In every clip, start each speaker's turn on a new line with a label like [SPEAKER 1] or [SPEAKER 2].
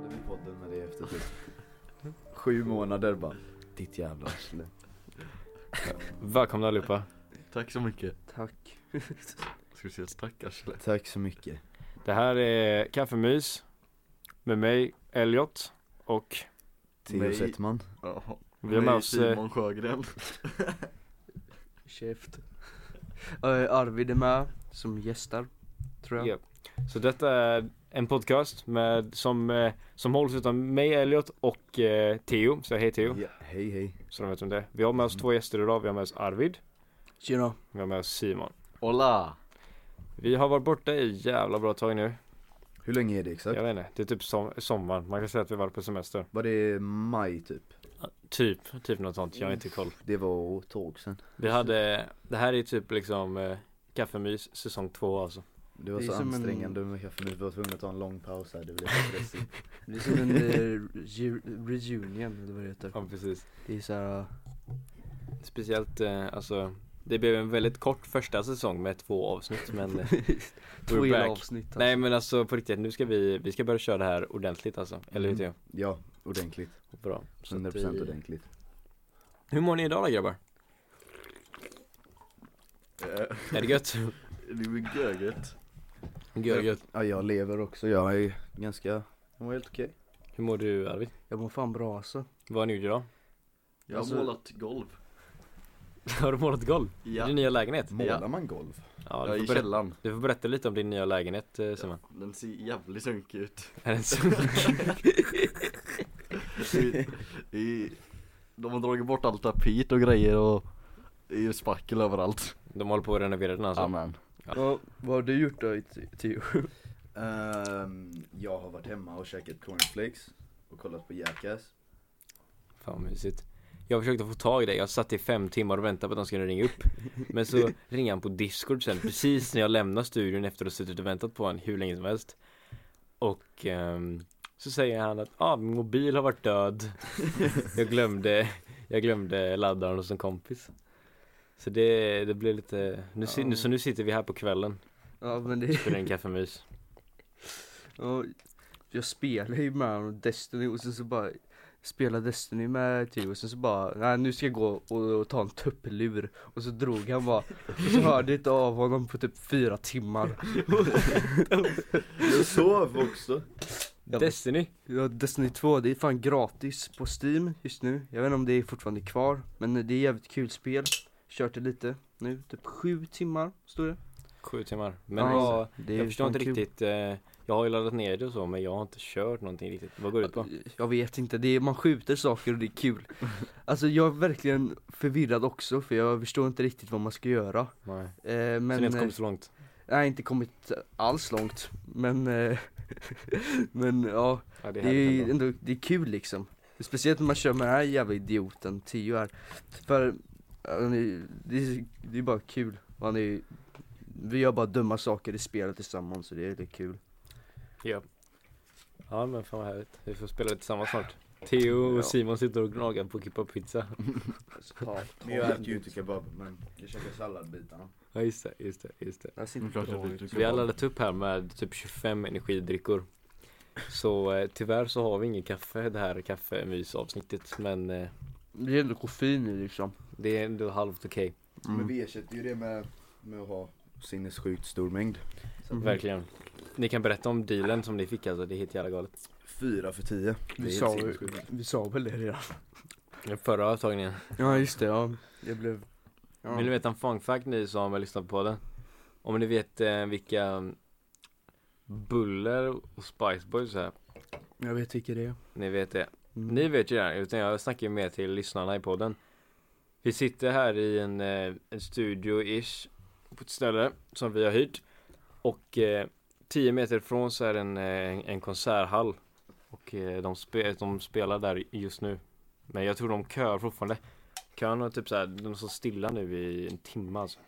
[SPEAKER 1] med det efter typ sju månader bara. Ditt jävla arsle.
[SPEAKER 2] Välkomna allihopa.
[SPEAKER 3] Tack så mycket.
[SPEAKER 4] Tack.
[SPEAKER 3] Ska du säga stackars eller?
[SPEAKER 1] Tack så mycket.
[SPEAKER 2] Det här är Kaffemys med mig Elliot och
[SPEAKER 1] Theo
[SPEAKER 3] Nej.
[SPEAKER 1] Settman.
[SPEAKER 3] Jaha.
[SPEAKER 2] vi har med
[SPEAKER 3] Nej,
[SPEAKER 2] oss eh,
[SPEAKER 3] Simon Sjögren.
[SPEAKER 4] Käft. Eh, Arvid är med som gästar. Tror jag.
[SPEAKER 2] Japp. Så detta är en podcast med, som, eh, som hålls utav mig Elliot och eh, Theo. Så hej Theo,
[SPEAKER 1] Ja, hej hej.
[SPEAKER 2] så de vet om det är. Vi har med oss två gäster idag. Vi har med oss Arvid,
[SPEAKER 4] Tjena.
[SPEAKER 2] vi har med oss Simon.
[SPEAKER 3] Hola!
[SPEAKER 2] Vi har varit borta i jävla bra tag nu.
[SPEAKER 1] Hur länge är det
[SPEAKER 2] Jag
[SPEAKER 1] exakt?
[SPEAKER 2] vet inte, det är typ som, sommaren. Man kan säga att vi var på semester.
[SPEAKER 1] Var det maj typ?
[SPEAKER 2] Typ, typ något sånt. Jag har inte koll.
[SPEAKER 1] Det var ett tag sedan.
[SPEAKER 2] Vi hade, det här är typ liksom eh, Kaffemys säsong två alltså.
[SPEAKER 1] Det var
[SPEAKER 4] Det är
[SPEAKER 1] så
[SPEAKER 4] som en-
[SPEAKER 1] ansträngande med kaffe nu, vi var tvungna att ta en lång paus här, det blev stressigt.
[SPEAKER 4] Det är som en eh, ju- reunion eller vad det heter.
[SPEAKER 2] Ja precis.
[SPEAKER 4] Det är såhär, eh,
[SPEAKER 2] Speciellt, eh, alltså Det blev en väldigt kort första säsong med två avsnitt men eh,
[SPEAKER 4] två
[SPEAKER 2] We're
[SPEAKER 4] hela
[SPEAKER 2] back.
[SPEAKER 4] avsnitt alltså.
[SPEAKER 2] Nej men alltså på riktigt, nu ska vi, vi ska börja köra det här ordentligt alltså, eller hur
[SPEAKER 1] Mm.
[SPEAKER 2] Theo?
[SPEAKER 1] Ja, ordentligt. eh,
[SPEAKER 2] Bra Så att
[SPEAKER 1] 100%
[SPEAKER 2] vi-
[SPEAKER 1] ordentligt.
[SPEAKER 2] Hur mår ni idag då grabbar?
[SPEAKER 3] Eh,
[SPEAKER 2] Är det gött?
[SPEAKER 3] Det är göget.
[SPEAKER 2] gött, gött.
[SPEAKER 1] Ja, jag lever också, jag är ganska, jag mår helt okej.
[SPEAKER 2] Hur mår du Arvid?
[SPEAKER 4] Jag mår fan bra alltså.
[SPEAKER 2] Vad har ni gjort idag?
[SPEAKER 3] Jag har
[SPEAKER 1] Alltså-
[SPEAKER 3] målat golv.
[SPEAKER 2] Har du målat golv? I
[SPEAKER 3] Ja.
[SPEAKER 2] din nya lägenhet?
[SPEAKER 1] Målar man golv?
[SPEAKER 2] Ja,
[SPEAKER 3] Jag är
[SPEAKER 2] du,
[SPEAKER 3] i
[SPEAKER 2] får berätta,
[SPEAKER 3] källaren.
[SPEAKER 2] du får berätta lite om din nya lägenhet eh, Simon
[SPEAKER 3] Den ser jävligt sunkig ut.
[SPEAKER 2] Är den så-
[SPEAKER 3] I, i, de har dragit bort all tapet och grejer och det är ju spackel överallt.
[SPEAKER 2] De håller på att renovera den alltså?
[SPEAKER 3] Amen.
[SPEAKER 2] Ja.
[SPEAKER 4] Vad, vad har du gjort då i- Theo?
[SPEAKER 1] Ehm, jag har varit hemma och käkat cornflakes och kollat på Jackass.
[SPEAKER 2] Fan vad mysigt Jag försökte få tag i dig, jag satt i fem timmar och väntade på att de skulle ringa upp Men så ringer han på discord sen precis när jag lämnar studion efter att ha suttit och väntat på honom hur länge som helst Och ehm, så säger han att ah, min mobil har varit död Jag glömde, jag glömde ladda den hos en kompis Så det, det blev lite, nu, si- nu, så nu sitter vi här på kvällen
[SPEAKER 4] Ja men det,
[SPEAKER 2] för en kaffemys
[SPEAKER 4] ja, jag spelar ju med honom Destiny och sen så bara Spelade Destiny med Theo och sen så bara, nej nu ska jag gå och, och ta en tupplur Och så drog han bara, och så hörde jag inte av honom på typ fyra timmar
[SPEAKER 1] Jag sov också.
[SPEAKER 4] Jag-
[SPEAKER 2] Destiny!
[SPEAKER 4] Ja, Destiny 2, det är fan gratis på Steam just nu. Jag vet inte om det är fortfarande kvar, men det är jävligt kul spel. Kört det lite nu, typ sju timmar står det.
[SPEAKER 2] Sju timmar Men
[SPEAKER 4] Ja,
[SPEAKER 2] vad,
[SPEAKER 4] det är
[SPEAKER 2] Jag förstår
[SPEAKER 4] fan
[SPEAKER 2] inte
[SPEAKER 4] kul.
[SPEAKER 2] riktigt, eh, jag har ju laddat ner det och så men jag har inte kört någonting riktigt. Vad går det ut på?
[SPEAKER 4] Jag vet inte, det är, man skjuter saker och det är kul. Alltså jag är verkligen förvirrad också för jag förstår inte riktigt vad man ska göra.
[SPEAKER 2] Nej.
[SPEAKER 4] Eh,
[SPEAKER 2] Men, så ni
[SPEAKER 4] men,
[SPEAKER 2] har inte
[SPEAKER 4] eh,
[SPEAKER 2] kommit så långt?
[SPEAKER 4] jag har inte kommit alls långt. Men, eh, men ja,
[SPEAKER 2] Ja, det är
[SPEAKER 4] Det är ju
[SPEAKER 2] härligt ändå.
[SPEAKER 4] ändå, det är kul liksom Speciellt när man kör med den här jävla idioten, Tio här För, han är, det, är, det är bara kul Han är ju- vi gör bara dumma saker i spelet tillsammans så det är lite kul
[SPEAKER 2] Ja. ja men fan vad härligt. Vi får spela lite tillsammans snart. Theo och
[SPEAKER 4] Ja.
[SPEAKER 2] Simon sitter och gnagar på kebabpizza.
[SPEAKER 4] alltså, ta, ta.
[SPEAKER 1] Men jag äter ju inte kebab, men jag käkar salladbitarna.
[SPEAKER 2] Ja just det, just det, just det.
[SPEAKER 4] Den ser inte
[SPEAKER 3] Klart att
[SPEAKER 4] bra
[SPEAKER 3] det
[SPEAKER 4] ut.
[SPEAKER 3] tycker
[SPEAKER 2] Vi har
[SPEAKER 3] jag.
[SPEAKER 2] laddat upp här med typ 25 energidryckor. Så eh, tyvärr så har vi ingen kaffe det här kaffemysavsnittet men eh,
[SPEAKER 4] Det är ändå koffein i liksom
[SPEAKER 2] det är ändå halvt okej.
[SPEAKER 1] Men vi ersätter ju det med, med att ha sinnessjukt stor mängd.
[SPEAKER 4] Mhm.
[SPEAKER 2] Verkligen. Ni kan berätta om dealen som ni fick alltså, det är helt jävla galet.
[SPEAKER 1] Fyra för tio. Det är
[SPEAKER 4] vi
[SPEAKER 1] helt
[SPEAKER 4] sa,
[SPEAKER 1] sinnessjukt.
[SPEAKER 4] vi sa väl det redan?
[SPEAKER 2] Förra avtagningen.
[SPEAKER 4] Ja just det, ja Jag blev ja.
[SPEAKER 2] Vill ni veta en fun fact ni som har lyssnat på den? Om ni vet eh, vilka Buller och Spice Boys är
[SPEAKER 4] Jag vet vilka det är
[SPEAKER 2] Ni vet det
[SPEAKER 4] Mm.
[SPEAKER 2] Ni vet ju det här, utan jag snackar ju mer till lyssnarna i podden Vi sitter här i en, eh, en studio-ish På ett ställe som vi har hyrt Och eh, 10 meter från så är det en, eh, en konserthall Och eh, de, spe, de spelar där just nu Men jag tror de kör fortfarande Kön har typ såhär, de står stilla nu i en timme alltså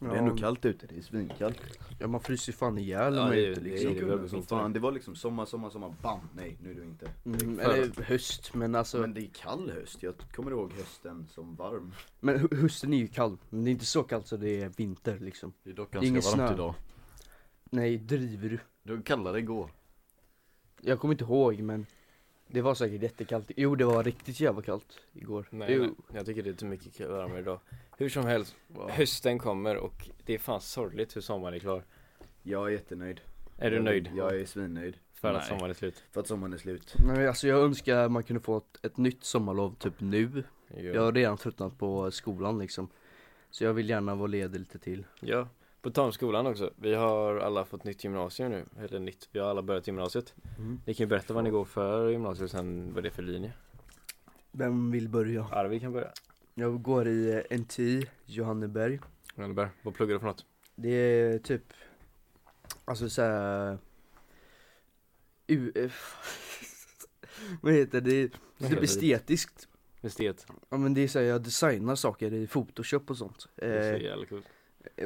[SPEAKER 1] Det är ändå kallt ute, det är svinkallt.
[SPEAKER 4] Mm. Ja man fryser ju fan ihjäl
[SPEAKER 2] Ja,
[SPEAKER 4] när man
[SPEAKER 2] det är
[SPEAKER 4] är
[SPEAKER 2] ju-
[SPEAKER 4] ute
[SPEAKER 2] det är
[SPEAKER 4] liksom
[SPEAKER 2] ju- väl
[SPEAKER 1] Gubben som
[SPEAKER 2] vinter.
[SPEAKER 1] fan, det var liksom sommar, sommar, sommar, bam! Nej, nu är det vinter.
[SPEAKER 4] mm, Eller höst, men alltså
[SPEAKER 1] Men det är kall höst, jag kommer ihåg hösten som varm.
[SPEAKER 4] Men hu- hösten är ju kall, men det är inte så kallt så det är vinter liksom
[SPEAKER 3] Det är dock
[SPEAKER 4] Det är ingen
[SPEAKER 3] ganska varmt
[SPEAKER 4] snö.
[SPEAKER 3] idag.
[SPEAKER 4] Nej, driver du?
[SPEAKER 3] Det var kallare igår.
[SPEAKER 4] Jag kommer inte ihåg men Det var säkert jättekallt. Jo det var riktigt jävla kallt igår.
[SPEAKER 2] Nej,
[SPEAKER 4] jo.
[SPEAKER 2] nej, jag tycker det är too mycket varmare idag. Hur som helst,
[SPEAKER 4] Wow.
[SPEAKER 2] hösten kommer och det är fan sorgligt hur sommaren är klar.
[SPEAKER 1] Jag är jättenöjd.
[SPEAKER 2] Är du nöjd?
[SPEAKER 1] Jag är svinnöjd.
[SPEAKER 2] För att
[SPEAKER 3] Nej.
[SPEAKER 2] sommaren är slut?
[SPEAKER 1] För att sommaren är slut.
[SPEAKER 4] Nej, men alltså jag önskar man kunde få ett, ett nytt sommarlov typ nu. Jag har redan tröttnat på skolan liksom. Så jag vill gärna vara ledig lite till.
[SPEAKER 2] Ja, på Tamskolan också. Vi har alla fått nytt gymnasium nu. Eller nytt, vi har alla börjat gymnasiet. Ni kan ju berätta vad ni går för gymnasiet sen, vad det är för linje.
[SPEAKER 4] Vem vill börja?
[SPEAKER 2] Arvid kan börja.
[SPEAKER 4] Jag går i eh, NTI, Johanneberg.
[SPEAKER 2] Gunneberg, vad pluggar du för något?
[SPEAKER 4] Det är typ Alltså såhär UF eh, Vad heter det? Det är typ
[SPEAKER 2] heter det?
[SPEAKER 4] estetiskt
[SPEAKER 2] Estet.
[SPEAKER 4] Ja men det är såhär jag designar saker i photoshop och sånt
[SPEAKER 2] Det är
[SPEAKER 4] eh,
[SPEAKER 2] så jävla coolt.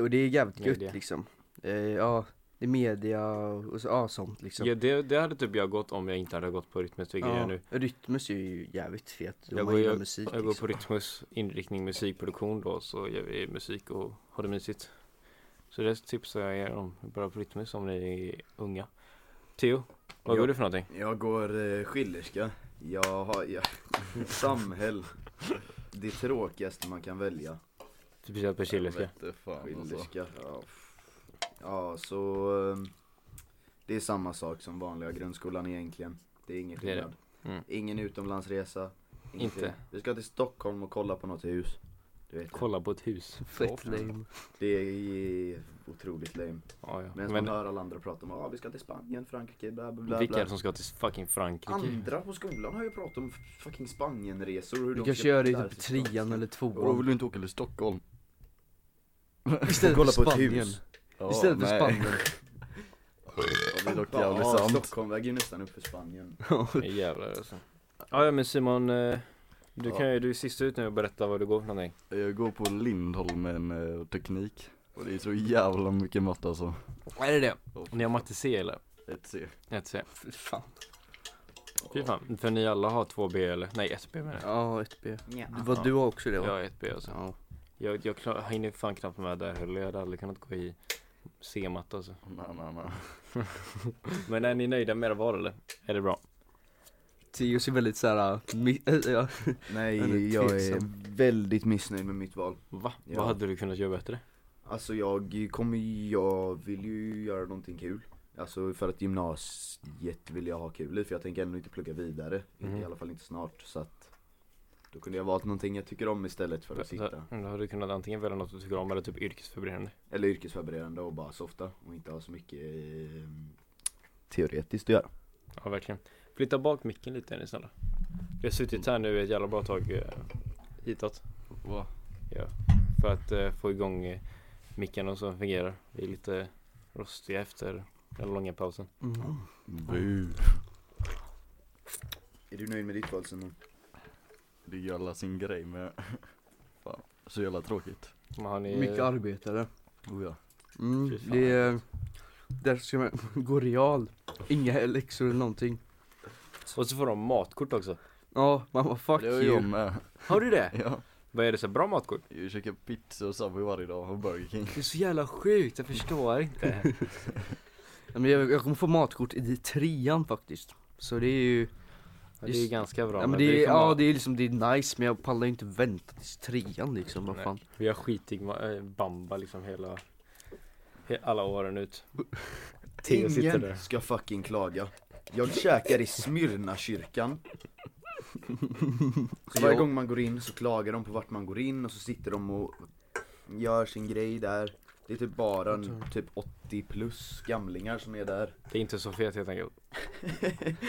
[SPEAKER 4] Och det är jävligt
[SPEAKER 2] Media.
[SPEAKER 4] gött liksom eh, Ja det är media och så, ja, sånt liksom
[SPEAKER 2] Ja, det, det hade typ jag gått om jag inte hade gått på Rytmus, vilket jag gör nu.
[SPEAKER 4] Rytmus är ju jävligt fet
[SPEAKER 2] Jag
[SPEAKER 4] om man
[SPEAKER 2] går,
[SPEAKER 4] gillar
[SPEAKER 2] jag,
[SPEAKER 4] musik
[SPEAKER 2] jag går på
[SPEAKER 4] liksom.
[SPEAKER 2] Rytmus inriktning musikproduktion då så gör vi musik och har det mysigt. Så det tipsar jag er om, bara på Rytmus om ni är unga. Theo, vad
[SPEAKER 1] Ja.
[SPEAKER 2] går du för någonting?
[SPEAKER 1] Jag går eh, skillerska. Jag har, jag, samhäll. Det tråkigaste man kan välja.
[SPEAKER 2] Speciellt på chilenska.
[SPEAKER 3] Jag vet fan alltså.
[SPEAKER 1] Skillerska. Ja, ja så eh, det är samma sak som vanliga grundskolan egentligen. Det är ingen
[SPEAKER 2] Det är det.
[SPEAKER 1] skillnad.
[SPEAKER 2] Mm.
[SPEAKER 1] Ingen utomlandsresa. ingenting.
[SPEAKER 2] Inte.
[SPEAKER 1] Vi ska till Stockholm och kolla på något hus. Du vet,
[SPEAKER 2] Kolla på ett hus.
[SPEAKER 4] Fett lame
[SPEAKER 1] det är otroligt lame.
[SPEAKER 2] Ja, ja.
[SPEAKER 1] Medan
[SPEAKER 2] Men
[SPEAKER 1] man hör alla andra prata om att ah, vi ska till Spanien, Frankrike, bla bla bla.
[SPEAKER 2] vilka är
[SPEAKER 1] bla.
[SPEAKER 2] det som ska till fucking Frankrike?
[SPEAKER 1] Andra på skolan har ju pratat om fucking Spanienresor och hur
[SPEAKER 4] Du
[SPEAKER 1] de
[SPEAKER 4] kanske
[SPEAKER 1] ska
[SPEAKER 4] gör det i
[SPEAKER 1] lära
[SPEAKER 4] typ
[SPEAKER 1] sig språk.
[SPEAKER 4] trean eller
[SPEAKER 3] Och då vill
[SPEAKER 4] tvåan
[SPEAKER 3] du inte åka till Stockholm?
[SPEAKER 4] Istället
[SPEAKER 1] Kolla
[SPEAKER 4] för
[SPEAKER 1] på ett
[SPEAKER 4] Spanien
[SPEAKER 1] hus.
[SPEAKER 3] Ja,
[SPEAKER 4] Istället för
[SPEAKER 3] nej.
[SPEAKER 4] Spanien
[SPEAKER 3] Ja, Det är dock
[SPEAKER 1] Ja,
[SPEAKER 3] jävligt sant.
[SPEAKER 1] Stockholm väger ju nästan upp för Spanien.
[SPEAKER 2] Nej, Jävlar alltså. Ja, ja men Simon, eh, du, kan ju, du är sist ut nu och berätta vad du går för någonting.
[SPEAKER 3] Jag går på Lindholmen eh, teknik. Och det är så jävla mycket matte alltså.
[SPEAKER 2] Är det det?
[SPEAKER 3] Och
[SPEAKER 2] Ni har matte C eller?
[SPEAKER 3] Ett C.
[SPEAKER 2] 1C.
[SPEAKER 4] Fy fan
[SPEAKER 2] Fy fan, för ni alla har 2B eller? Nej 1B menar jag.
[SPEAKER 4] Ja, 1B.
[SPEAKER 1] Ja.
[SPEAKER 4] Vad du har också det va?
[SPEAKER 2] Jag har 1B alltså.
[SPEAKER 4] Ja.
[SPEAKER 2] Jag, jag klar, hinner fan knappt med där heller, jag hade aldrig kunnat gå i C-matte alltså.
[SPEAKER 3] Nej, nej, nej.
[SPEAKER 2] Men är ni nöjda med era val eller? Är det bra?
[SPEAKER 4] Tio ser väldigt såhär, eh, ja. Han är
[SPEAKER 1] Nej, jag är
[SPEAKER 4] tveksam.
[SPEAKER 1] väldigt missnöjd med mitt val.
[SPEAKER 2] Va?
[SPEAKER 1] Ja.
[SPEAKER 2] Vad hade du kunnat göra bättre?
[SPEAKER 1] Alltså jag kommer ju- jag vill ju göra någonting kul. Alltså för att gymnasiet vill jag ha kul i för jag tänker ändå inte plugga vidare.
[SPEAKER 2] Mhm.
[SPEAKER 1] I alla fall inte snart så att då kunde jag valt någonting jag tycker om istället för att sitta.
[SPEAKER 2] mm, Då hade du kunnat antingen välja något du tycker om eller typ yrkesförberedande.
[SPEAKER 1] Eller yrkesförberedande och bara softa och inte ha så mycket eh, teoretiskt att göra.
[SPEAKER 2] Ja verkligen. Flytta bak micken lite är ni snälla. Vi har suttit här nu ett jävla bra tag eh, hitåt.
[SPEAKER 3] Va?
[SPEAKER 2] För att eh, få igång eh, mickarna som fungerar. Vi är lite rostiga efter den långa pausen.
[SPEAKER 3] Bu.
[SPEAKER 1] Är du nöjd med ditt val Simon?
[SPEAKER 3] Det gör alla sin grej med. Fan, så jävla tråkigt.
[SPEAKER 2] Men har ni...
[SPEAKER 4] Mycket arbetare.
[SPEAKER 3] Oh, ja.
[SPEAKER 4] Mm,
[SPEAKER 2] Fy fan.
[SPEAKER 4] det är, där ska man gå real. Inga läxor eller någonting.
[SPEAKER 2] Och så får de matkort också.
[SPEAKER 4] Ja, man bara fuck
[SPEAKER 3] det gör jag
[SPEAKER 4] you.
[SPEAKER 3] med.
[SPEAKER 2] Har du det?
[SPEAKER 3] Ja.
[SPEAKER 2] Vad är det så bra matkort?
[SPEAKER 3] Jag käkar pizza och Subway varje dag och Burger King. Eh,
[SPEAKER 2] Det är så jävla sjukt, jag förstår inte.
[SPEAKER 4] Ja, Men jag, jag kommer få matkort i trean faktiskt. Så det är ju,
[SPEAKER 2] Det är ju ganska bra.
[SPEAKER 4] ja men
[SPEAKER 2] vi
[SPEAKER 4] det är,
[SPEAKER 2] kommer
[SPEAKER 4] ja
[SPEAKER 2] ha-
[SPEAKER 4] det är liksom, det är nice men jag pallar ju inte vänta tills trean liksom, vad
[SPEAKER 2] Nej.
[SPEAKER 4] fan.
[SPEAKER 2] Vi har skitig ma- äh, bamba liksom hela... he- Alla åren ut. Theo sitter där.
[SPEAKER 1] Ingen ska fucking klaga. Jag käkar i Smyrna kyrkan. Så varje
[SPEAKER 4] Jo.
[SPEAKER 1] gång man går in så klagar de på vart man går in och så sitter de och gör sin grej där. Det är typ bara en, typ 80 plus gamlingar som är där.
[SPEAKER 2] Det är inte så fet helt enkelt.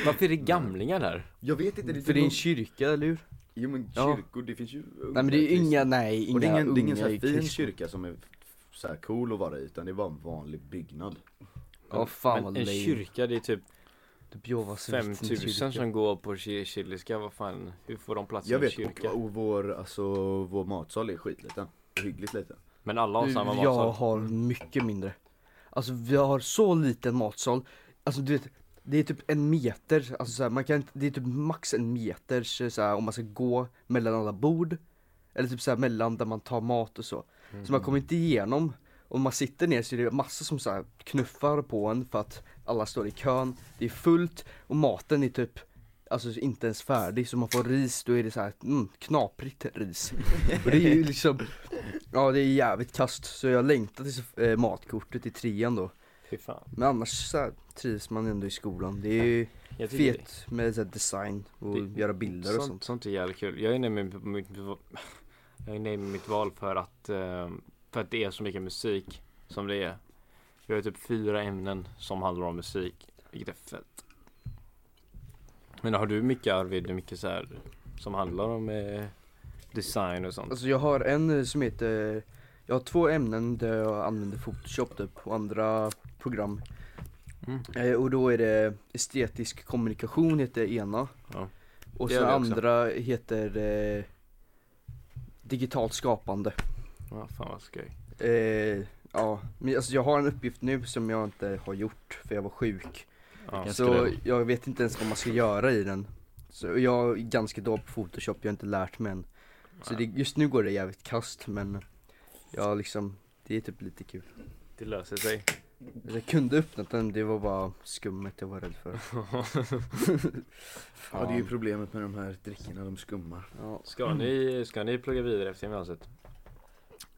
[SPEAKER 2] Varför är det gamlingar där?
[SPEAKER 1] Jag vet inte, det är
[SPEAKER 4] För det är en
[SPEAKER 1] typ
[SPEAKER 4] kyrka eller hur?
[SPEAKER 1] Jo men
[SPEAKER 4] Ja.
[SPEAKER 1] kyrkor, det finns ju unga
[SPEAKER 4] Nej men det är
[SPEAKER 1] kristna.
[SPEAKER 4] inga, nej inga
[SPEAKER 1] Och det är ingen, det är ingen så
[SPEAKER 4] unga
[SPEAKER 1] här fin
[SPEAKER 4] kristna.
[SPEAKER 1] kyrka som är så här cool att vara i utan det är bara en vanlig byggnad.
[SPEAKER 4] Ja fan
[SPEAKER 2] Men
[SPEAKER 4] vad
[SPEAKER 2] en
[SPEAKER 4] lame.
[SPEAKER 2] kyrka, det är typ
[SPEAKER 4] Typ Jehovas vittneskyrka.
[SPEAKER 2] 5000 som går på chi- chiliska, vad fan, hur får de plats i
[SPEAKER 1] Jag
[SPEAKER 2] en
[SPEAKER 1] vet, och,
[SPEAKER 2] kyrka?
[SPEAKER 1] och vår, alltså, vår matsal är skitliten. Hyggligt liten.
[SPEAKER 2] Men alla har
[SPEAKER 4] Du,
[SPEAKER 2] samma
[SPEAKER 4] Jag
[SPEAKER 2] matsal. Mm.
[SPEAKER 4] har mycket mindre. Alltså vi har så liten matsal. Alltså du vet, det är typ en meter, alltså så här, man kan inte, det är typ max en meter så så här, om man ska gå mellan alla bord. Eller typ så här mellan där man tar mat och så.
[SPEAKER 2] Mm.
[SPEAKER 4] Så man kommer inte igenom. Om man sitter ner så är det massor som så här knuffar på en för att alla står i kön. Det är fullt och maten är typ alltså inte ens färdig så man får ris, då är det så här mm, knaprigt ris. Och det är ju liksom, ja det är jävligt kast så jag längtar till eh, matkortet i trean då.
[SPEAKER 2] Fy fan.
[SPEAKER 4] Men annars så här, trivs man ändå i skolan. Det är ju
[SPEAKER 2] Jag tycker det-
[SPEAKER 4] fet med så här, design och
[SPEAKER 2] Det-
[SPEAKER 4] göra bilder och sånt.
[SPEAKER 2] Sånt är jävligt kul. Jag är nöjd med mitt, jag är nöjd med mitt val för att, eh, för att det är så mycket musik som det är. Vi har typ fyra ämnen som handlar om musik, vilket är fett. Men har du mycket Arvid, du mycket så här som handlar om eh, design och sånt?
[SPEAKER 4] Alltså jag har en eh, som heter, jag har två ämnen där jag använder photoshop typ och andra program.
[SPEAKER 2] Mm.
[SPEAKER 4] Eh, och då är det estetisk kommunikation heter ena.
[SPEAKER 2] Ja.
[SPEAKER 4] Och
[SPEAKER 2] Det
[SPEAKER 4] sen
[SPEAKER 2] gör vi också.
[SPEAKER 4] andra heter eh, digitalt skapande.
[SPEAKER 2] Ja, fan vad skoj.
[SPEAKER 4] Eh, ja, men alltså jag har en uppgift nu som jag inte har gjort för jag var sjuk.
[SPEAKER 2] Ja.
[SPEAKER 3] Vilken- Jag
[SPEAKER 4] Så
[SPEAKER 3] skrev.
[SPEAKER 4] jag vet inte ens vad man ska göra i den. Så jag är ganska dålig på photoshop, jag har inte lärt mig än. Så det, just nu går det jävligt kast men jag liksom, det är typ lite kul. Alltså
[SPEAKER 2] Det löser sig.
[SPEAKER 4] Jag kunde öppnat den, det var bara skummet jag var rädd för.
[SPEAKER 1] Ja det är ju problemet med de här drickorna, de skummar
[SPEAKER 4] Ja.
[SPEAKER 2] Ska ni, ska ni plugga vidare efter gymnasiet?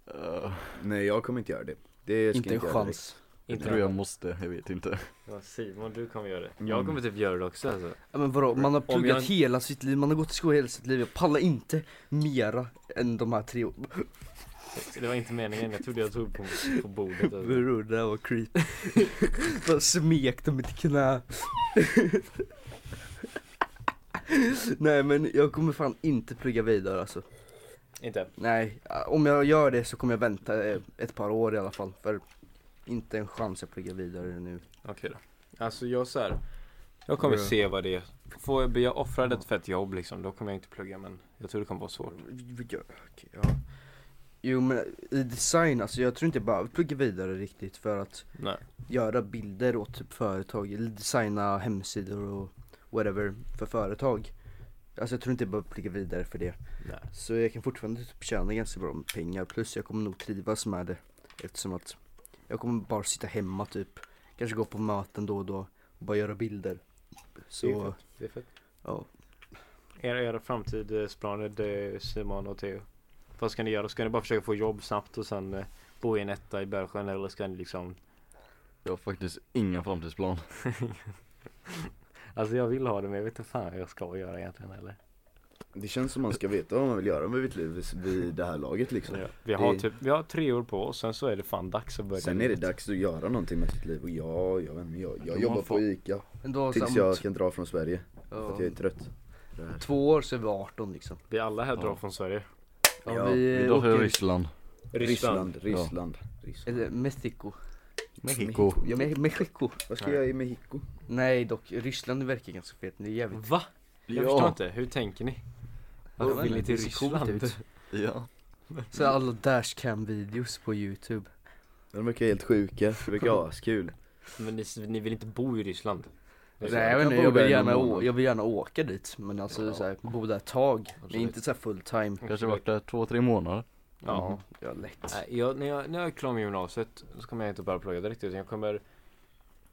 [SPEAKER 3] Eh,
[SPEAKER 1] Nej jag kommer inte göra det, det ska
[SPEAKER 4] Inte
[SPEAKER 1] inte
[SPEAKER 4] en
[SPEAKER 1] jag göra
[SPEAKER 4] chans.
[SPEAKER 3] jag tror jag måste, jag vet inte
[SPEAKER 2] Ja, Simon, du kommer göra det.
[SPEAKER 1] Mm.
[SPEAKER 2] Jag kommer typ göra det också alltså.
[SPEAKER 4] Ja, men vadå, man har
[SPEAKER 2] Om jag-
[SPEAKER 4] pluggat hela sitt liv, man har gått i skolan hela sitt liv, jag pallar inte mera än de här tre åren.
[SPEAKER 2] Det var inte meningen, jag trodde jag tog på, på bordet alltså.
[SPEAKER 4] Bror det där var creepy. Bara smekte mitt knä. Nej men jag kommer fan inte plugga vidare alltså.
[SPEAKER 2] Inte?
[SPEAKER 4] Nej, om jag gör det så kommer jag vänta eh, ett par år i alla fall. För inte en chans att plugga vidare nu.
[SPEAKER 2] Okej då. Alltså jag så här. Jag kommer
[SPEAKER 4] Bra.
[SPEAKER 2] se vad det är. Får jag, blir jag offrad ett fett jobb liksom, då kommer jag inte plugga men jag tror det kommer vara svårt.
[SPEAKER 4] Ja, okej, ja. Jo men i design, alltså jag tror inte jag behöver plugga vidare riktigt för att
[SPEAKER 2] Nej.
[SPEAKER 4] göra bilder åt typ företag, eller designa hemsidor och whatever för företag. Alltså jag tror inte jag behöver plugga vidare för det.
[SPEAKER 2] Nej.
[SPEAKER 4] Så jag kan fortfarande typ tjäna ganska bra med pengar plus jag kommer nog trivas med det eftersom att jag kommer bara sitta hemma typ, kanske gå på möten då och då och bara göra bilder.
[SPEAKER 2] Det är
[SPEAKER 4] Så,
[SPEAKER 2] fett. Det är fett.
[SPEAKER 4] ja.
[SPEAKER 2] Era, era framtidsplaner det är Simon och Theo. Vad ska ni göra? Ska ni bara försöka få jobb snabbt och sen eh, bo i en etta i Bergsjön eller ska ni liksom
[SPEAKER 3] Jag har faktiskt ingen framtidsplan
[SPEAKER 2] Alltså jag vill ha det men jag vet inte fan vad jag ska göra egentligen eller?
[SPEAKER 1] det Det känns som man ska veta vad man vill göra med sitt liv vid det här laget liksom
[SPEAKER 2] Ja. Vi har
[SPEAKER 1] Det-
[SPEAKER 2] typ, vi har tre år på oss sen så är det fan dags att börja
[SPEAKER 1] Sen är det
[SPEAKER 2] livet.
[SPEAKER 1] dags att göra någonting med sitt liv och jag, jag vet inte, jag, jag
[SPEAKER 3] man
[SPEAKER 1] jobbar
[SPEAKER 3] får-
[SPEAKER 1] på ICA
[SPEAKER 4] Ändå,
[SPEAKER 1] Tills
[SPEAKER 4] samt-
[SPEAKER 1] jag kan dra från Sverige, för
[SPEAKER 4] ja.
[SPEAKER 1] att jag är trött Det här.
[SPEAKER 4] Två år så är vi 18 liksom.
[SPEAKER 2] Vi alla här drar
[SPEAKER 3] Ja.
[SPEAKER 2] från Sverige.
[SPEAKER 4] Ja,
[SPEAKER 1] Ja,
[SPEAKER 4] vi
[SPEAKER 3] Vi
[SPEAKER 4] eh,
[SPEAKER 3] drar till
[SPEAKER 4] åker...
[SPEAKER 3] Ryssland
[SPEAKER 1] Ryssland,
[SPEAKER 3] Ja.
[SPEAKER 1] Ryssland, Ryssland.
[SPEAKER 4] Eller Mexiko.
[SPEAKER 3] Mexiko
[SPEAKER 1] Jag vet-
[SPEAKER 4] Me- Mexiko.
[SPEAKER 1] Vad ska jag göra i Mexiko?
[SPEAKER 4] Nej dock, Ryssland verkar ganska fet. Det är jävligt...
[SPEAKER 2] Va? Jag förstår inte, hur tänker ni? Varför
[SPEAKER 4] Ja,
[SPEAKER 2] vill ni
[SPEAKER 4] men
[SPEAKER 2] till
[SPEAKER 4] det ser coolt
[SPEAKER 2] Ryssland? typ.
[SPEAKER 4] ut.
[SPEAKER 3] Ja
[SPEAKER 4] Så alla dashcam-videos på youtube.
[SPEAKER 1] De verkar helt sjuka, det verkar askul
[SPEAKER 2] Men ni, ni vill inte bo i Ryssland?
[SPEAKER 4] Nej,
[SPEAKER 2] Alltså,
[SPEAKER 1] så,
[SPEAKER 4] jag,
[SPEAKER 1] jag
[SPEAKER 4] vet
[SPEAKER 1] kan
[SPEAKER 4] inte,
[SPEAKER 1] bo
[SPEAKER 4] jag,
[SPEAKER 1] där
[SPEAKER 4] vill
[SPEAKER 1] i
[SPEAKER 4] gärna
[SPEAKER 1] någon
[SPEAKER 4] å-
[SPEAKER 1] månad.
[SPEAKER 4] jag vill gärna åka dit men alltså
[SPEAKER 2] Ja.
[SPEAKER 4] så här, bo där ett tag.
[SPEAKER 2] Absolut.
[SPEAKER 4] Men inte så här full time. Mm,
[SPEAKER 3] Kanske varit där två, tre månader
[SPEAKER 2] Ja.
[SPEAKER 4] Ja, lätt.
[SPEAKER 2] Nej, jag, när, jag, när jag är klar med gymnasiet så kommer jag inte börja plugga direkt utan jag kommer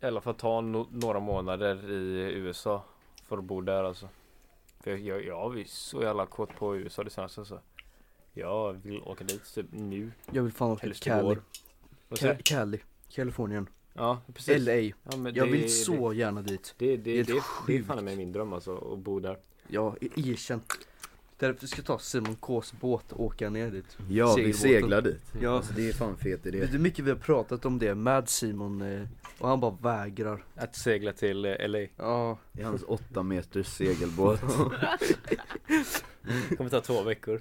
[SPEAKER 2] i alla fall ta no, några månader i USA för att bo där alltså. För jag, jag, jag är så jävla kåt på USA det senaste så. Jag vill åka dit typ nu.
[SPEAKER 4] Jag vill fan åka till
[SPEAKER 2] Helst igår.
[SPEAKER 4] Cali.
[SPEAKER 2] Vad säger
[SPEAKER 4] Ca-
[SPEAKER 2] du?
[SPEAKER 4] Cali. Kalifornien.
[SPEAKER 2] Ja, precis.
[SPEAKER 4] LA.
[SPEAKER 2] Ja, men
[SPEAKER 4] Jag
[SPEAKER 2] det-
[SPEAKER 4] vill så gärna dit.
[SPEAKER 2] Det, det, det, det,
[SPEAKER 4] Helt
[SPEAKER 2] det, det är
[SPEAKER 4] sjukt.
[SPEAKER 2] fan med min dröm alltså att bo där.
[SPEAKER 4] Ja, erkänn. Därför ska jag ta Simon Ks båt och åka ner dit.
[SPEAKER 1] Ja, vi
[SPEAKER 4] Segelbåten.
[SPEAKER 1] seglar dit
[SPEAKER 4] Ja.
[SPEAKER 1] Alltså det är fan fet idé
[SPEAKER 4] Vet du hur mycket vi har pratat om det med Simon eh, och han bara vägrar.
[SPEAKER 2] Att segla till eh, LA.
[SPEAKER 4] Ja,
[SPEAKER 1] I hans åtta meters segelbåt
[SPEAKER 2] Det kommer ta två veckor.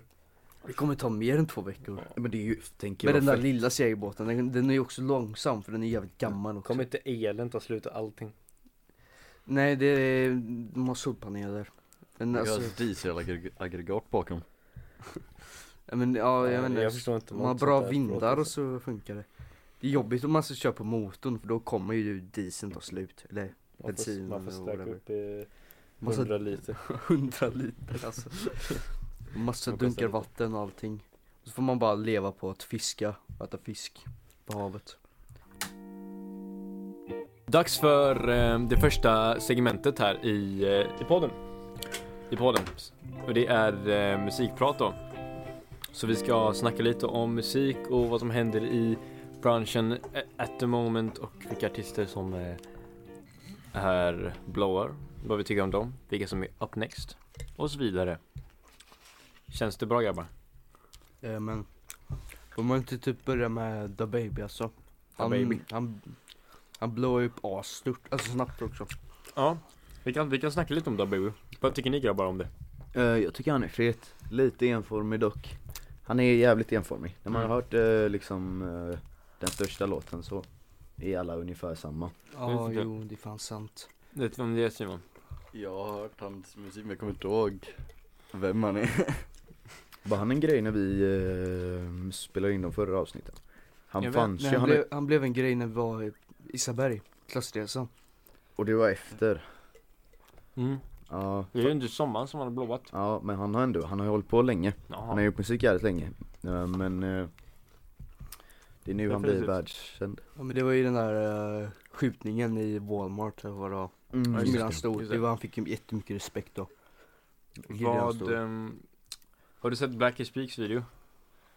[SPEAKER 4] det kommer ta mer än två veckor.
[SPEAKER 1] Men det är ju, tänker
[SPEAKER 4] Men
[SPEAKER 1] jag
[SPEAKER 4] den där
[SPEAKER 1] fett.
[SPEAKER 4] lilla segelbåten, den, den är ju också långsam för den är jävligt gammal också.
[SPEAKER 2] Kommer inte elen ta slut och allting?
[SPEAKER 4] Nej, det är, de har solpaneler. Men
[SPEAKER 3] Vi
[SPEAKER 4] alltså,
[SPEAKER 3] har ett dieselaggregat bakom
[SPEAKER 4] ja, men, ja, jag
[SPEAKER 2] jag
[SPEAKER 4] vet inte.
[SPEAKER 2] förstår inte.
[SPEAKER 4] Man har
[SPEAKER 2] något
[SPEAKER 4] bra
[SPEAKER 2] sånt där
[SPEAKER 4] vindar
[SPEAKER 2] språk,
[SPEAKER 4] och så funkar det. Det är jobbigt om man ska köra på motorn för då kommer ju dieseln ta slut. Eller
[SPEAKER 2] Man får,
[SPEAKER 4] bensin
[SPEAKER 2] man får
[SPEAKER 4] och
[SPEAKER 2] stärka
[SPEAKER 4] whatever.
[SPEAKER 2] upp i
[SPEAKER 4] Massa-
[SPEAKER 2] 100 liter.
[SPEAKER 4] 100 liter alltså. Massa
[SPEAKER 2] Det kostar
[SPEAKER 4] dunkar
[SPEAKER 2] lite.
[SPEAKER 4] vatten och allting. Så får man bara leva på att fiska och äta fisk på havet.
[SPEAKER 2] Dags för eh, det första segmentet här i, eh, i podden. i podden. Och det är eh, musikprat då. Så vi ska snacka lite om musik och vad som händer i branschen eh, at the moment och vilka artister som eh, är blowar. Vad vi tycker om dem, vilka som är up next och så vidare. Känns det bra grabbar?
[SPEAKER 4] Eh, men får man inte typ börja med Da Baby alltså? Han,
[SPEAKER 2] Baby.
[SPEAKER 4] han, han blowar upp asstort, alltså snabbt också.
[SPEAKER 2] Ja, vi kan, vi kan snacka lite om Dabu. Vad tycker ni grabbar om det?
[SPEAKER 1] Eh, jag tycker han är fet, lite enformig dock Han är jävligt enformig, när man har hört eh, liksom eh, den största låten så är alla ungefär samma
[SPEAKER 4] Ja,
[SPEAKER 2] Jag vet inte.
[SPEAKER 4] jo det är fan sant.
[SPEAKER 2] Vet du vem det är Simon?
[SPEAKER 3] Jag har hört hans musik men jag kommer inte ihåg vem han är.
[SPEAKER 1] Var han en grej när vi eh, spelade in de förra avsnitten? Han
[SPEAKER 2] Jag vet,
[SPEAKER 1] fanns
[SPEAKER 4] Nej,
[SPEAKER 1] ju, Mm,
[SPEAKER 4] han,
[SPEAKER 1] han,
[SPEAKER 4] blev, han blev en grej när vi var i Isaberg, klassresan.
[SPEAKER 1] och det var efter
[SPEAKER 2] Mm.
[SPEAKER 1] Ja,
[SPEAKER 2] Det är ju under sommaren som han har blowat.
[SPEAKER 1] ja men han har ändå, han har ju hållit på länge
[SPEAKER 2] Jaha.
[SPEAKER 1] Han har gjort musik jävligt länge, Eh, men eh, det är nu han blir
[SPEAKER 2] Definitivt.
[SPEAKER 1] världskänd
[SPEAKER 4] Ja men det var ju den där eh, skjutningen i Walmart eller vad det var.
[SPEAKER 1] mm,
[SPEAKER 4] Som han stod,
[SPEAKER 2] just
[SPEAKER 4] det
[SPEAKER 2] det.
[SPEAKER 4] var han fick ju jättemycket respekt då. Gud, han
[SPEAKER 2] Vad,
[SPEAKER 4] stod.
[SPEAKER 2] ehm, har du sett Black is Peaks video?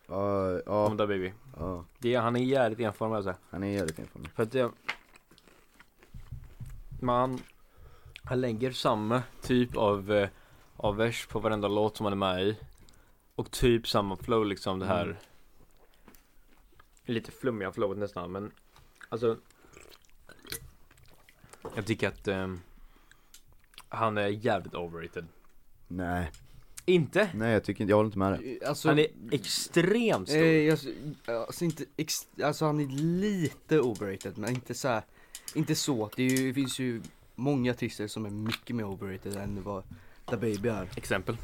[SPEAKER 1] Ja,
[SPEAKER 2] Om
[SPEAKER 1] ja,
[SPEAKER 2] Da Baby.
[SPEAKER 1] ja,
[SPEAKER 2] Det är, han är jävligt enformig alltså.
[SPEAKER 1] han är jävligt enformig
[SPEAKER 2] För att det... Man... Han lägger samma typ av, eh, av vers på varenda låt som han är med i. Och typ samma flow liksom det här. Lite flummiga flowet nästan men alltså. Jag tycker att ehm, han är jävligt overrated.
[SPEAKER 1] Nej,
[SPEAKER 2] Inte?
[SPEAKER 1] nej jag tycker inte, jag håller inte med dig
[SPEAKER 4] Alltså,
[SPEAKER 2] han är extremt stor.
[SPEAKER 4] eh, alltså, alltså, inte ex, alltså han är lite overrated men inte så här, inte så. Det, är ju, det finns ju många artister som är mycket mer overrated än vad Da Baby är.
[SPEAKER 2] Exempel.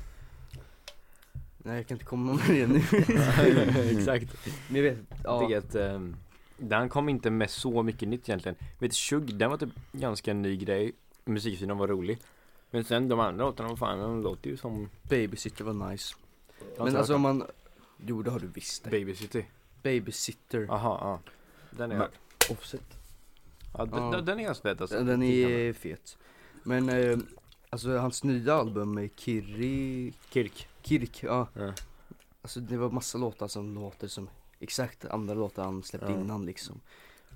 [SPEAKER 4] Nej jag kan inte komma med det nu.
[SPEAKER 2] Exakt.
[SPEAKER 4] Men jag vet,
[SPEAKER 2] Jag
[SPEAKER 4] ja.
[SPEAKER 2] tycker att ehm, den kom inte med så mycket nytt egentligen. Vet Shug, den var typ ganska ny grej. Musikfilen var rolig. Men sen de andra låtarna, vad fan, de låter ju som
[SPEAKER 4] Babysitter var nice.
[SPEAKER 2] Jag har
[SPEAKER 4] Men
[SPEAKER 2] inte
[SPEAKER 4] alltså
[SPEAKER 2] hört
[SPEAKER 4] om man, jo det har du visst det.
[SPEAKER 2] Baby City.
[SPEAKER 4] Babysitter.
[SPEAKER 2] Jaha, ja. Den är,
[SPEAKER 1] Men-
[SPEAKER 2] hört.
[SPEAKER 1] Offset
[SPEAKER 2] ja, den,
[SPEAKER 4] Ja.
[SPEAKER 2] den- den är ganska fet alltså.
[SPEAKER 4] Ja, Den
[SPEAKER 2] Tittarna.
[SPEAKER 4] är fet. Men eh, alltså hans nya album med Kirri,
[SPEAKER 2] Kirk.
[SPEAKER 4] Kirk, ja.
[SPEAKER 2] Ja.
[SPEAKER 4] Alltså det var massa låtar som låter som exakt andra låtar han släppte
[SPEAKER 2] Ja.
[SPEAKER 4] innan liksom.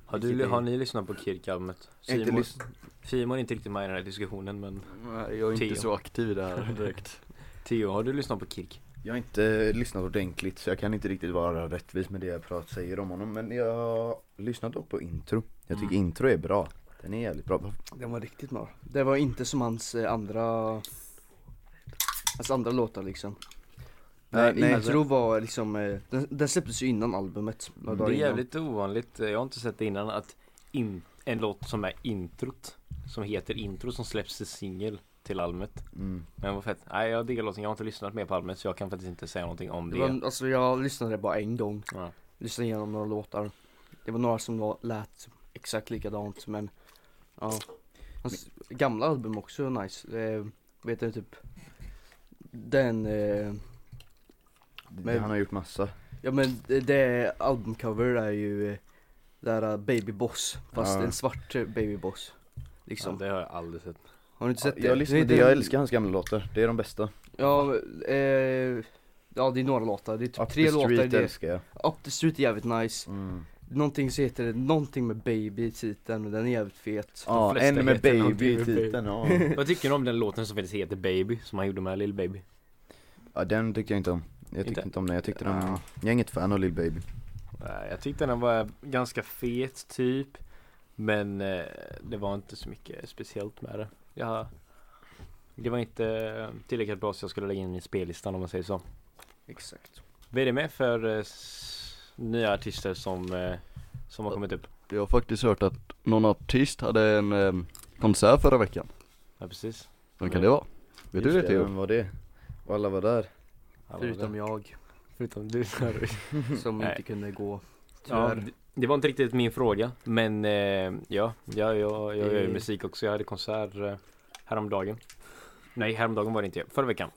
[SPEAKER 2] Har, du,
[SPEAKER 4] Vilket är-
[SPEAKER 2] har ni lyssnat på Kirk-albumet?
[SPEAKER 1] Jag har inte
[SPEAKER 2] Simon,
[SPEAKER 1] lyssnat.
[SPEAKER 2] Simon är inte riktigt med i den här diskussionen men
[SPEAKER 3] Jag är
[SPEAKER 2] Theo.
[SPEAKER 3] inte så aktiv i det här direkt.
[SPEAKER 2] Theo, har du lyssnat på Kirk?
[SPEAKER 1] Jag har inte lyssnat ordentligt så jag kan inte riktigt vara rättvis med det jag pratar, säger om honom Men jag har lyssnat dock på intro Jag tycker intro är bra Den är jävligt bra
[SPEAKER 4] Den var riktigt bra. Det var inte som hans eh, andra, hans andra låtar liksom.
[SPEAKER 1] Nej,
[SPEAKER 4] Nej,
[SPEAKER 1] nej,
[SPEAKER 4] intro var liksom, eh, den, den släpptes ju innan albumet. några
[SPEAKER 2] Det
[SPEAKER 4] dagar
[SPEAKER 2] är
[SPEAKER 4] innan.
[SPEAKER 2] jävligt ovanligt, eh, jag har inte sett det innan, att in, en låt som är introt, som heter intro, som släpps till singel till albumet.
[SPEAKER 1] mm.
[SPEAKER 2] Men vad fett, nej jag diggar låten, jag har inte lyssnat mer på albumet så jag kan faktiskt inte säga någonting om
[SPEAKER 4] Det
[SPEAKER 2] det.
[SPEAKER 4] var, alltså jag lyssnade bara en gång.
[SPEAKER 2] Ja.
[SPEAKER 4] Lyssnade igenom några låtar. Det var några som var- lät exakt likadant men ja. Hans gamla album också är nice. Eh, vet du typ den, eh, Men-
[SPEAKER 1] Han har gjort massa
[SPEAKER 4] ja men det- det albumcover är ju eh, det här eh, Baby Boss fast
[SPEAKER 1] Ja.
[SPEAKER 4] en svart eh, Baby Boss. Liksom.
[SPEAKER 2] Ja, det har jag aldrig sett.
[SPEAKER 4] Har du inte sett det?
[SPEAKER 1] Jag, lyssnar,
[SPEAKER 4] det,
[SPEAKER 1] jag älskar hans gamla låtar, det är de bästa
[SPEAKER 4] Ja, eh, ja det är några låtar. Det är typ
[SPEAKER 1] Up
[SPEAKER 4] tre
[SPEAKER 1] the
[SPEAKER 4] låtar.
[SPEAKER 1] street
[SPEAKER 4] Det är,
[SPEAKER 1] älskar jag
[SPEAKER 4] Up the Street är jävligt nice.
[SPEAKER 1] mm.
[SPEAKER 4] Någonting så heter det, någonting med baby i titeln och den är jävligt fet
[SPEAKER 1] Ja,
[SPEAKER 2] flesta
[SPEAKER 1] en med
[SPEAKER 2] heter
[SPEAKER 1] baby
[SPEAKER 2] någonting
[SPEAKER 1] i
[SPEAKER 2] med baby.
[SPEAKER 1] titeln, ja.
[SPEAKER 2] Vad tycker ni om den låten som faktiskt heter Baby, som han gjorde med Lil Baby?
[SPEAKER 1] ja den tyckte jag inte om Jag tyckte
[SPEAKER 2] Inte?
[SPEAKER 1] inte, om den, jag tyckte den,
[SPEAKER 2] Ah.
[SPEAKER 1] jag är inget fan av Lil Baby
[SPEAKER 2] Nej, Jag tyckte den var ganska fet typ, men eh, det var inte så mycket speciellt med det. Jag, det var inte eh, tillräckligt bra så jag skulle lägga in i spellistan om man säger så.
[SPEAKER 4] Exakt
[SPEAKER 2] Vad är det med för eh, s- nya artister som, eh, som har kommit upp?
[SPEAKER 3] Jag har faktiskt hört att någon artist hade en eh, konsert förra veckan.
[SPEAKER 2] Ja precis.
[SPEAKER 3] Vem kan det vara? Vet du
[SPEAKER 1] Just
[SPEAKER 3] det Theo?
[SPEAKER 1] Vem var det? Och alla var där
[SPEAKER 2] Ja, vad var
[SPEAKER 4] Förutom
[SPEAKER 2] det?
[SPEAKER 4] jag
[SPEAKER 2] Förutom du. sorry.
[SPEAKER 4] som
[SPEAKER 2] Nej.
[SPEAKER 4] inte kunde gå
[SPEAKER 2] ja,
[SPEAKER 4] Tyvärr
[SPEAKER 2] det- det var inte riktigt min fråga. Men eh, ja, ja, jag, jag gör ju
[SPEAKER 4] Eh.
[SPEAKER 2] musik också. Jag hade konsert eh, häromdagen. Nej, häromdagen var det inte. Förra veckan.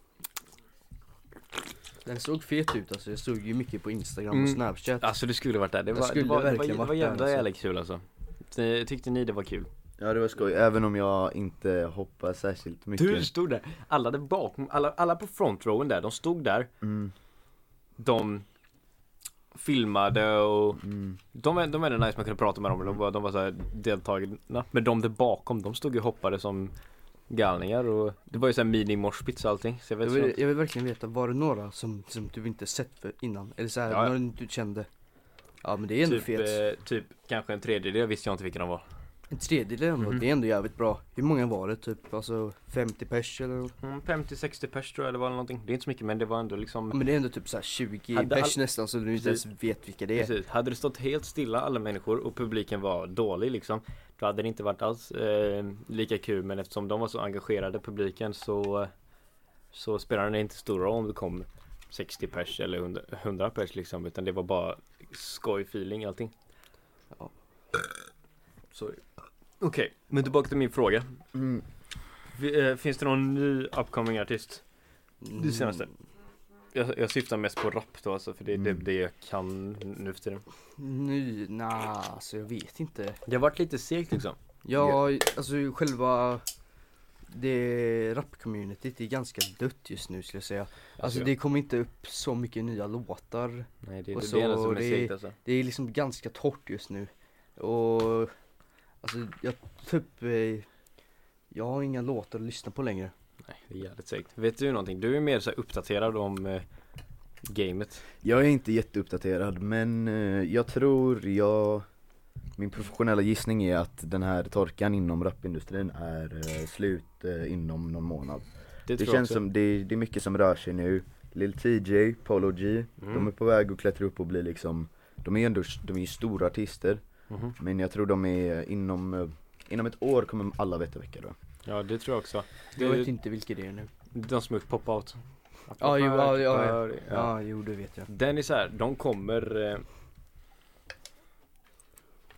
[SPEAKER 4] Den såg fet ut alltså, jag såg ju mycket på Instagram
[SPEAKER 2] Mm.
[SPEAKER 4] och Snapchat
[SPEAKER 2] Alltså det skulle varit där. Det
[SPEAKER 4] Jag
[SPEAKER 2] var, det
[SPEAKER 4] skulle
[SPEAKER 2] var, det var,
[SPEAKER 4] verkligen
[SPEAKER 2] det var
[SPEAKER 4] varit där,
[SPEAKER 2] jävla
[SPEAKER 4] alltså.
[SPEAKER 2] jävla kul alltså. Eh, Tyckte ni det var kul?
[SPEAKER 1] Ja det var skoj, även om jag inte hoppar särskilt mycket
[SPEAKER 2] Du stod där, alla där bakom, alla, alla på front rowen där, de stod där
[SPEAKER 1] mm,
[SPEAKER 2] De filmade och
[SPEAKER 1] mm.
[SPEAKER 2] de, är- de är ändå nice man kunde prata med dem, de var, de var så här deltagarna Men de där bakom, de stod ju och hoppade som galningar och det var ju såhär mini moshpits och allting så jag
[SPEAKER 4] Jag
[SPEAKER 2] vet
[SPEAKER 4] vill,
[SPEAKER 2] inte
[SPEAKER 4] jag vill verkligen veta, var det några som, som du inte sett för innan? Eller såhär,
[SPEAKER 2] Ja, ja.
[SPEAKER 4] några du inte kände? Ja men det är ändå
[SPEAKER 2] typ,
[SPEAKER 4] fet
[SPEAKER 2] eh, typ kanske en tredjedel visste jag inte vilka de var
[SPEAKER 4] En tredjedel ändå,
[SPEAKER 2] Mhm.
[SPEAKER 4] det är ändå jävligt bra Hur många var det typ? Alltså 50 pers eller? något?
[SPEAKER 2] mm, 50-60 pers tror jag det var eller någonting Det är inte så mycket men det var ändå liksom
[SPEAKER 4] Ja, men det är ändå typ såhär 20
[SPEAKER 2] Hade
[SPEAKER 4] pers nästan så du inte ens
[SPEAKER 2] Precis.
[SPEAKER 4] vet vilka det är
[SPEAKER 2] Precis, hade det stått helt stilla alla människor och publiken var dålig liksom Då hade det inte varit alls eh, lika kul men eftersom de var så engagerade publiken så Så spelade det inte stor roll om det kom 60 pers eller 100 100 pers liksom utan det var bara skoj feeling allting
[SPEAKER 4] Ja.
[SPEAKER 2] Sorry Okej, men tillbaka till min fråga
[SPEAKER 1] Mm.
[SPEAKER 2] Vi- eh, Finns det någon ny upcoming artist?
[SPEAKER 4] Mm.
[SPEAKER 2] Det senaste. Jag, jag syftar mest på rap då alltså för det är
[SPEAKER 1] Mm.
[SPEAKER 2] det, det jag kan nu för tiden
[SPEAKER 4] Nu, nja, alltså jag vet inte
[SPEAKER 2] Det har varit lite segt liksom
[SPEAKER 4] Ja, alltså själva det rap-communityt är ganska dött just nu skulle jag säga Alltså det kommer inte upp så mycket nya låtar
[SPEAKER 2] Nej det,
[SPEAKER 4] Och
[SPEAKER 2] det,
[SPEAKER 4] så
[SPEAKER 2] det är det som är
[SPEAKER 4] det-
[SPEAKER 2] segt alltså.
[SPEAKER 4] Det är liksom ganska torrt just nu Och Alltså jag typ eh, Jag har inga låtar att lyssna på längre
[SPEAKER 2] Nej det är jävligt segt. Vet du någonting? Du är mer så här uppdaterad om eh, gamet.
[SPEAKER 1] Jag är inte jätteuppdaterad men eh, jag tror jag Min professionella gissning är att den här torkan inom rapindustrin är eh, slut eh, inom någon månad
[SPEAKER 2] Det,
[SPEAKER 1] Det
[SPEAKER 2] tror jag
[SPEAKER 1] känns
[SPEAKER 2] också.
[SPEAKER 1] som, det, det är mycket som rör sig nu Lil TJ, Polo G, de
[SPEAKER 2] Mm.
[SPEAKER 1] är på väg att klättra upp och bli liksom De är ju ändå, de är ju stora artister
[SPEAKER 2] Mhm.
[SPEAKER 1] Men jag tror de är inom, eh, inom ett år kommer alla veta vilka det är
[SPEAKER 2] Ja det tror jag också. Det
[SPEAKER 4] Jag
[SPEAKER 2] är
[SPEAKER 4] vet inte vilka det är nu
[SPEAKER 2] de som är pop-out.
[SPEAKER 4] Ja, jo, ja, ja,
[SPEAKER 2] Pop out,
[SPEAKER 4] Ja, jo det vet jag
[SPEAKER 2] Den är så här, de kommer eh,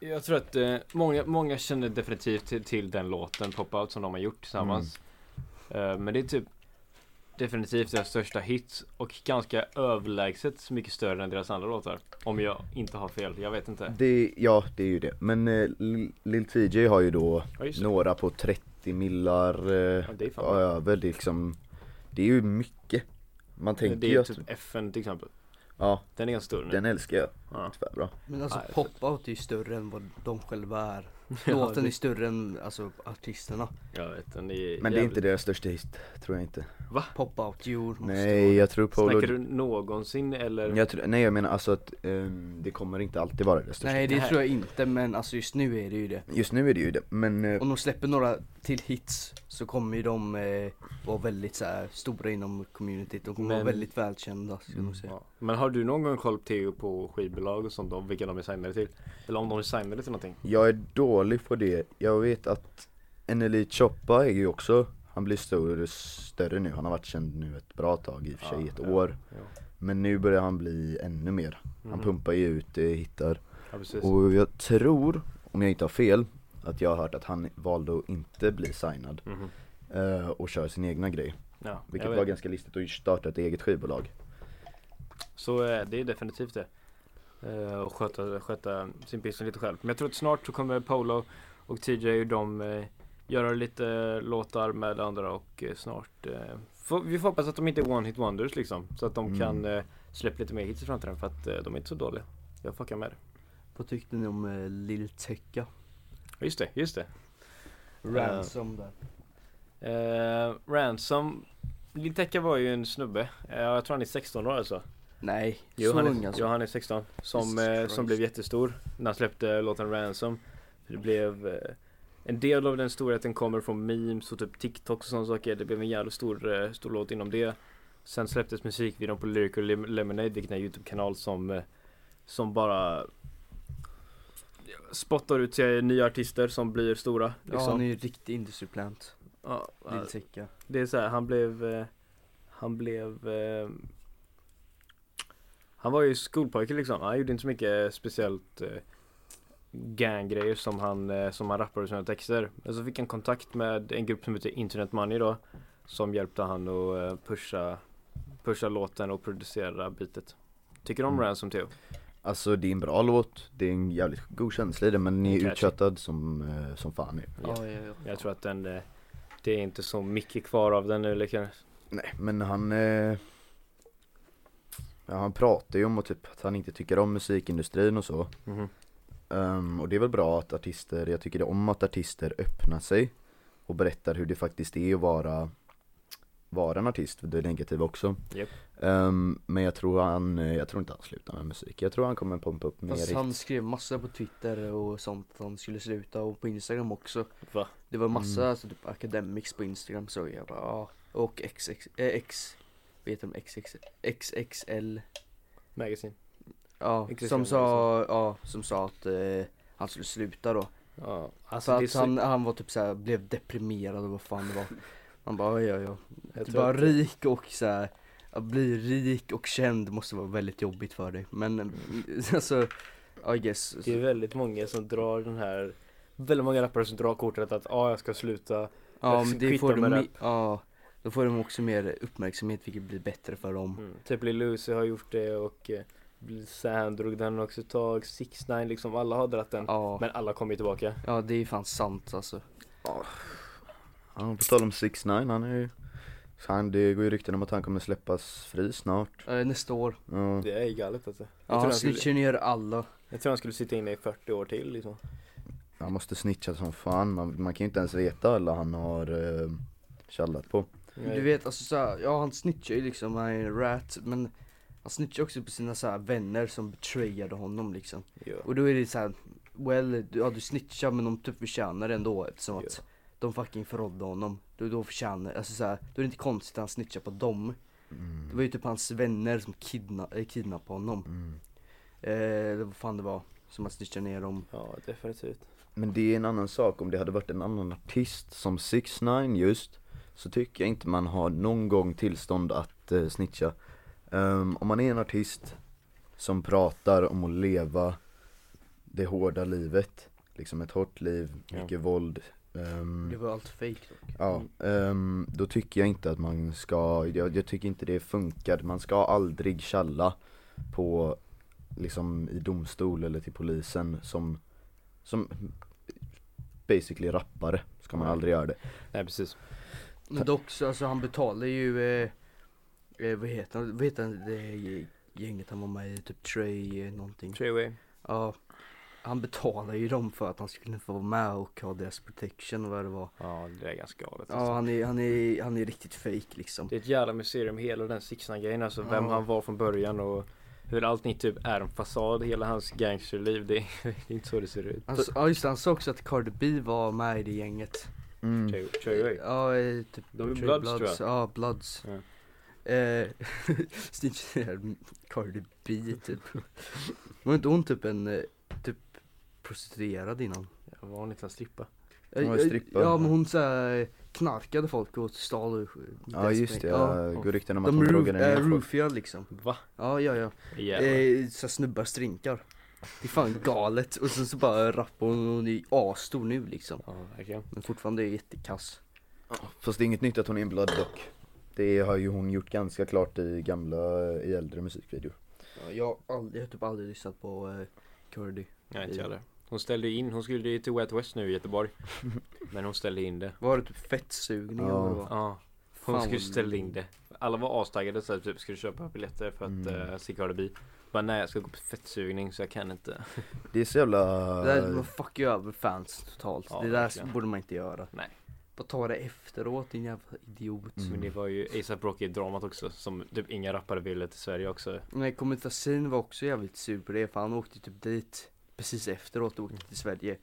[SPEAKER 2] Jag tror att eh, många, många känner definitivt till, till den låten Pop-Out som de har gjort tillsammans eh, Men det är typ Definitivt deras största hit och ganska överlägset mycket större än deras andra låtar Om jag inte har fel, jag vet inte
[SPEAKER 1] det, Ja det är ju det, men eh, Lil- Lil TJ har ju då
[SPEAKER 2] Ja just det,
[SPEAKER 1] några på 30 millar eh,
[SPEAKER 2] ja, det är fan
[SPEAKER 1] Ja, ja, väl liksom Det är ju mycket Man
[SPEAKER 2] Det
[SPEAKER 1] tänker
[SPEAKER 2] är
[SPEAKER 1] ju
[SPEAKER 2] ju
[SPEAKER 1] att,
[SPEAKER 2] typ Mm. FN till exempel
[SPEAKER 1] ja
[SPEAKER 2] Den är ganska stor nu
[SPEAKER 1] den älskar jag,
[SPEAKER 2] ja.
[SPEAKER 1] tyvärr bra
[SPEAKER 4] Men alltså
[SPEAKER 2] Nej,
[SPEAKER 4] pop-out är ju större än vad de själva är
[SPEAKER 2] Ja,
[SPEAKER 4] Låten är
[SPEAKER 2] det,
[SPEAKER 4] större än alltså artisterna
[SPEAKER 2] jag vet, den är
[SPEAKER 1] Men det är inte
[SPEAKER 2] jävligt-
[SPEAKER 1] deras största hit, tror jag inte
[SPEAKER 4] Pop-out, jo måste
[SPEAKER 1] Nej
[SPEAKER 4] vara.
[SPEAKER 1] jag tror Polo
[SPEAKER 2] Snackar du någonsin eller?
[SPEAKER 1] jag tror, Nej jag menar alltså att ehm, det kommer inte alltid vara deras största
[SPEAKER 4] Nej
[SPEAKER 1] hit.
[SPEAKER 4] det
[SPEAKER 2] Nej.
[SPEAKER 4] tror jag inte men alltså just nu är det ju det
[SPEAKER 1] Just nu är det ju det, men eh,
[SPEAKER 4] Om de släpper några till hits så kommer ju de eh, vara väldigt så här, stora inom communityt, de kommer
[SPEAKER 2] Men-
[SPEAKER 4] vara väldigt välkända skulle
[SPEAKER 1] Mm.
[SPEAKER 4] man säga
[SPEAKER 2] Ja. Men har du någon gång koll Theo på skivbolag och sånt då, vilka de är signade till? Eller om de är signade till någonting?
[SPEAKER 1] jag är dålig på det Jag vet att Eneli Choppa är ju också han blir större, större nu, han har varit känd nu ett bra tag i och för sig,
[SPEAKER 2] Ja,
[SPEAKER 1] ett
[SPEAKER 2] ja,
[SPEAKER 1] år
[SPEAKER 2] ja.
[SPEAKER 1] Men nu börjar han bli ännu mer, han
[SPEAKER 2] Mhm.
[SPEAKER 1] pumpar ju ut eh, hittar
[SPEAKER 2] Ja precis.
[SPEAKER 1] Och jag tror, om jag inte har fel, att jag har hört att han valde att inte bli signad
[SPEAKER 2] Mhm.
[SPEAKER 1] eh, och köra sin egna grej.
[SPEAKER 2] Ja,
[SPEAKER 1] Vilket
[SPEAKER 2] jag vet.
[SPEAKER 1] var ganska listigt och starta ett eget skivbolag.
[SPEAKER 2] Så eh, det är definitivt det. Eh, Och sköta, sköta sin business lite själv. Men jag tror att snart så kommer Polo och TJ och de eh, göra lite eh, låtar med andra och eh, snart eh, får, Vi får hoppas att de inte är one hit wonders liksom. Så att de
[SPEAKER 1] Mm.
[SPEAKER 2] kan eh, släppa lite mer hits i framtiden för att eh, de är inte så dåliga. Jag fuckar med det.
[SPEAKER 4] Vad tyckte ni om eh, Lil Tecca?
[SPEAKER 2] Ja, Just det, just det.
[SPEAKER 4] Ransom där
[SPEAKER 2] Eh, Ransom Lil Tecca var ju en snubbe, Eh, jag tror han är 16 år alltså
[SPEAKER 4] Nej,
[SPEAKER 2] Jo,
[SPEAKER 4] så
[SPEAKER 2] han är,
[SPEAKER 4] ung alltså
[SPEAKER 2] jo, han är 16 som,
[SPEAKER 4] Jesus
[SPEAKER 2] eh,
[SPEAKER 4] Christ.
[SPEAKER 2] som blev jättestor när han släppte låten Ransom Det blev eh, En del av den storheten kommer från memes och typ TikTok och sådana saker Det blev en jävligt stor, eh, stor låt inom det Sen släpptes musikvideon på Lyrical Lem- Lemonade vilken är en Youtube-kanal som eh, Som bara Spottar ut sig nya artister som blir stora
[SPEAKER 4] Ja han är
[SPEAKER 2] liksom.
[SPEAKER 4] ju en riktig industriplant,
[SPEAKER 2] ja,
[SPEAKER 4] Lil Tecca
[SPEAKER 2] det är så här, han blev eh, Han blev eh, Han var ju skolpojke liksom Han gjorde inte så mycket speciellt eh, Ganggrejer som han eh, Som han rappade i sina texter Men så fick han kontakt med en grupp som heter Internet Money då Som hjälpte han att eh, pusha Pusha låten och producera bitet Tycker du om
[SPEAKER 1] Mm.
[SPEAKER 2] Ransom Theo?
[SPEAKER 1] Alltså det är en bra låt, det är en jävligt god känsla i den men den är
[SPEAKER 2] Catchy.
[SPEAKER 1] uttjötad som, eh, som fan är.
[SPEAKER 2] Ja.
[SPEAKER 4] ja, ja.
[SPEAKER 2] Jag tror att den, eh, det är inte så mycket kvar av den nu lika.
[SPEAKER 1] Nej men han eh, ja, Han pratar ju om och typ att han inte tycker om musikindustrin och så
[SPEAKER 2] Mhm.
[SPEAKER 1] Ehm, Och det är väl bra att artister, jag tycker det om att artister öppnar sig Och berättar hur det faktiskt är att vara Vara en artist, det är negativa också
[SPEAKER 2] Japp.
[SPEAKER 1] Ehm, Men jag tror han, eh, jag tror inte han slutar med musik Jag tror han kommer pumpa upp mer
[SPEAKER 4] Fast
[SPEAKER 1] hit.
[SPEAKER 4] han skrev massa på Twitter och sånt att han skulle sluta och på Instagram också.
[SPEAKER 2] Va?
[SPEAKER 4] Det var massa
[SPEAKER 1] Mm.
[SPEAKER 4] alltså, typ academics på Instagram så jag bara ja. Och XX, eh, X, vad heter de? XX, XXL.
[SPEAKER 2] Magasin.
[SPEAKER 4] Ja,
[SPEAKER 2] XXL,
[SPEAKER 4] som sa, ja, som sa att eh, han skulle sluta då.
[SPEAKER 2] Ja. Alltså,
[SPEAKER 4] Alltså
[SPEAKER 2] det är
[SPEAKER 4] att
[SPEAKER 2] så,
[SPEAKER 4] han, han var typ såhär, blev deprimerad och vad fan det var. Man bara ja ja.
[SPEAKER 2] jag
[SPEAKER 4] Typ
[SPEAKER 2] tror
[SPEAKER 4] bara
[SPEAKER 2] att,
[SPEAKER 4] rik och såhär, att bli rik och känd måste vara väldigt jobbigt för dig. Men eh, alltså, I guess.
[SPEAKER 2] Mm. det är väldigt många som drar den här Väldigt många rappare som drar kortet att ah, jag ska sluta
[SPEAKER 4] Ja
[SPEAKER 2] Jag
[SPEAKER 4] men det
[SPEAKER 2] kvittar
[SPEAKER 4] får
[SPEAKER 2] med
[SPEAKER 4] de,
[SPEAKER 2] rap.
[SPEAKER 4] i- ja, då får de också mer uppmärksamhet vilket blir bättre för dem.
[SPEAKER 2] mm. Typ Lil Uzi har gjort det och eh, Sam drog den också ett tag, 6 9 liksom, alla har dragit den
[SPEAKER 4] Ja,
[SPEAKER 2] Men alla kommer ju tillbaka
[SPEAKER 4] ja det är fan sant alltså.
[SPEAKER 1] Ja, på tal om 6 9 han är ju han, det går ju rykten om att han kommer släppas fri snart
[SPEAKER 4] Eh, nästa år.
[SPEAKER 1] Ja.
[SPEAKER 2] Det är ju galet alltså jag,
[SPEAKER 4] Ja,
[SPEAKER 2] tror
[SPEAKER 4] han
[SPEAKER 2] han skulle,
[SPEAKER 4] snitchar ner alla.
[SPEAKER 2] jag tror han skulle sitta inne i 40 år till liksom
[SPEAKER 1] Han måste snitcha som fan, man, man kan ju inte ens veta alla han har eh, tjallat på
[SPEAKER 4] Du vet alltså såhär, ja han snitchar ju liksom, han är en rat men han snitchar också på sina såhär vänner som betrayade honom liksom.
[SPEAKER 2] Ja.
[SPEAKER 4] Och då är det såhär, well, du, ja du snitchar men de typ förtjänar det ändå eftersom att de fucking förrådde honom. Då, då förtjänar, alltså såhär, då är det inte konstigt att han snitchar på dem. Det
[SPEAKER 1] Mm.
[SPEAKER 4] var ju typ hans vänner som kidna, eh, kidnappade honom. Eh, vad fan det var, som han snitchade ner dem.
[SPEAKER 2] Ja, definitivt
[SPEAKER 1] Men det är en annan sak, om det hade varit en annan artist som 6 9 just Så tycker jag inte man har någon gång tillstånd att eh, snitcha Ehm, Om man är en artist som pratar om att leva det hårda livet Liksom ett hårt liv,
[SPEAKER 2] Ja.
[SPEAKER 1] mycket våld ehm,
[SPEAKER 4] Det var allt fake dock.
[SPEAKER 1] Ja, ehm, då tycker jag inte att man ska, jag, jag tycker inte det funkar, man ska aldrig tjalla på liksom i domstol eller till polisen som, som basically rappare, ska man
[SPEAKER 2] Nej.
[SPEAKER 1] aldrig göra det.
[SPEAKER 2] Nej precis
[SPEAKER 4] Men dock så, alltså han betalar ju, eh, eh, vad heter han, vad heter han det gänget han var med i, typ Trey eh, någonting.
[SPEAKER 2] Treeway
[SPEAKER 4] Ja. Han betalar ju dem för att han skulle få vara med och ha deras protection och vad det var.
[SPEAKER 2] Ja, det är ganska galet alltså.
[SPEAKER 4] Ja han är, han är, han är riktigt fake liksom.
[SPEAKER 2] Det är ett jävla mysterium hela den sixan grejen alltså vem
[SPEAKER 4] Ja.
[SPEAKER 2] han var från början och hur allting typ är en fasad, hela hans gangsterliv det är, det är inte så det ser ut.
[SPEAKER 4] Han, s- Alltså, ja just det, han sa också att Cardi B var med i det gänget. Typ.
[SPEAKER 1] Mm.
[SPEAKER 2] Trey- Treyway.
[SPEAKER 4] Ja, eh, typ
[SPEAKER 2] De är
[SPEAKER 4] Trey
[SPEAKER 2] Bloods, tror jag.
[SPEAKER 4] Ja, Bloods.
[SPEAKER 2] Ja.
[SPEAKER 4] Eh, Snitchen är Cardi B typ. Var inte hon typ en, eh, typ prostituerad innan?
[SPEAKER 2] Jag var hon inte en strippa?
[SPEAKER 1] Hon
[SPEAKER 4] Eh,
[SPEAKER 1] var
[SPEAKER 4] eh,
[SPEAKER 1] strippa.
[SPEAKER 4] Ja men hon såhär knarkade folk och stal och
[SPEAKER 1] Ja just det,
[SPEAKER 4] Ja.
[SPEAKER 1] jag går rykten om att
[SPEAKER 4] De
[SPEAKER 1] hon
[SPEAKER 4] roof,
[SPEAKER 1] drogade ner
[SPEAKER 4] eh,
[SPEAKER 1] folk.
[SPEAKER 4] roofiga liksom.
[SPEAKER 2] Va?
[SPEAKER 4] Ja ja ja.
[SPEAKER 2] Jävlar.
[SPEAKER 4] Eh, så snubbar strinkar. Det är fan galet. Och sen så bara rappar hon och hon är asstor nu liksom.
[SPEAKER 2] Ja, verkligen.
[SPEAKER 4] Men fortfarande är jättekass.
[SPEAKER 1] Fast det är inget nytt att hon är en blood dock. Det har ju hon gjort ganska klart i gamla, i äldre musikvideor.
[SPEAKER 4] Ja, jag, har aldrig, jag har typ aldrig lyssnat på eh, Cardi.
[SPEAKER 2] Nej, inte jag heller. Hon ställde in, hon skulle ju till Wet West nu i Göteborg. Men hon ställde in det.
[SPEAKER 4] Var det typ fettsugning eller vad det var?
[SPEAKER 2] Ja, hon
[SPEAKER 4] Fan,
[SPEAKER 2] skulle
[SPEAKER 4] vad-
[SPEAKER 2] ställa in det. Alla var astaggade så att typ skulle köpa biljetter för att
[SPEAKER 1] Mm.
[SPEAKER 2] mm. Sick Harder Bee. Bara nej jag ska gå på fettsugning så jag kan inte.
[SPEAKER 1] Det är så jävla...
[SPEAKER 4] Det där, man fuckar ju över fans totalt.
[SPEAKER 2] Ja,
[SPEAKER 4] det där
[SPEAKER 2] verkligen.
[SPEAKER 4] borde man inte göra.
[SPEAKER 2] Nej.
[SPEAKER 4] Bara ta det efteråt din jävla idiot.
[SPEAKER 1] Mm.
[SPEAKER 2] Men det var ju ASAP Rocky-dramat också som typ inga rappare ville till Sverige också.
[SPEAKER 4] Nej, Komitasin var också jävligt sur på det för han åkte typ dit precis efteråt och åkte till Sverige.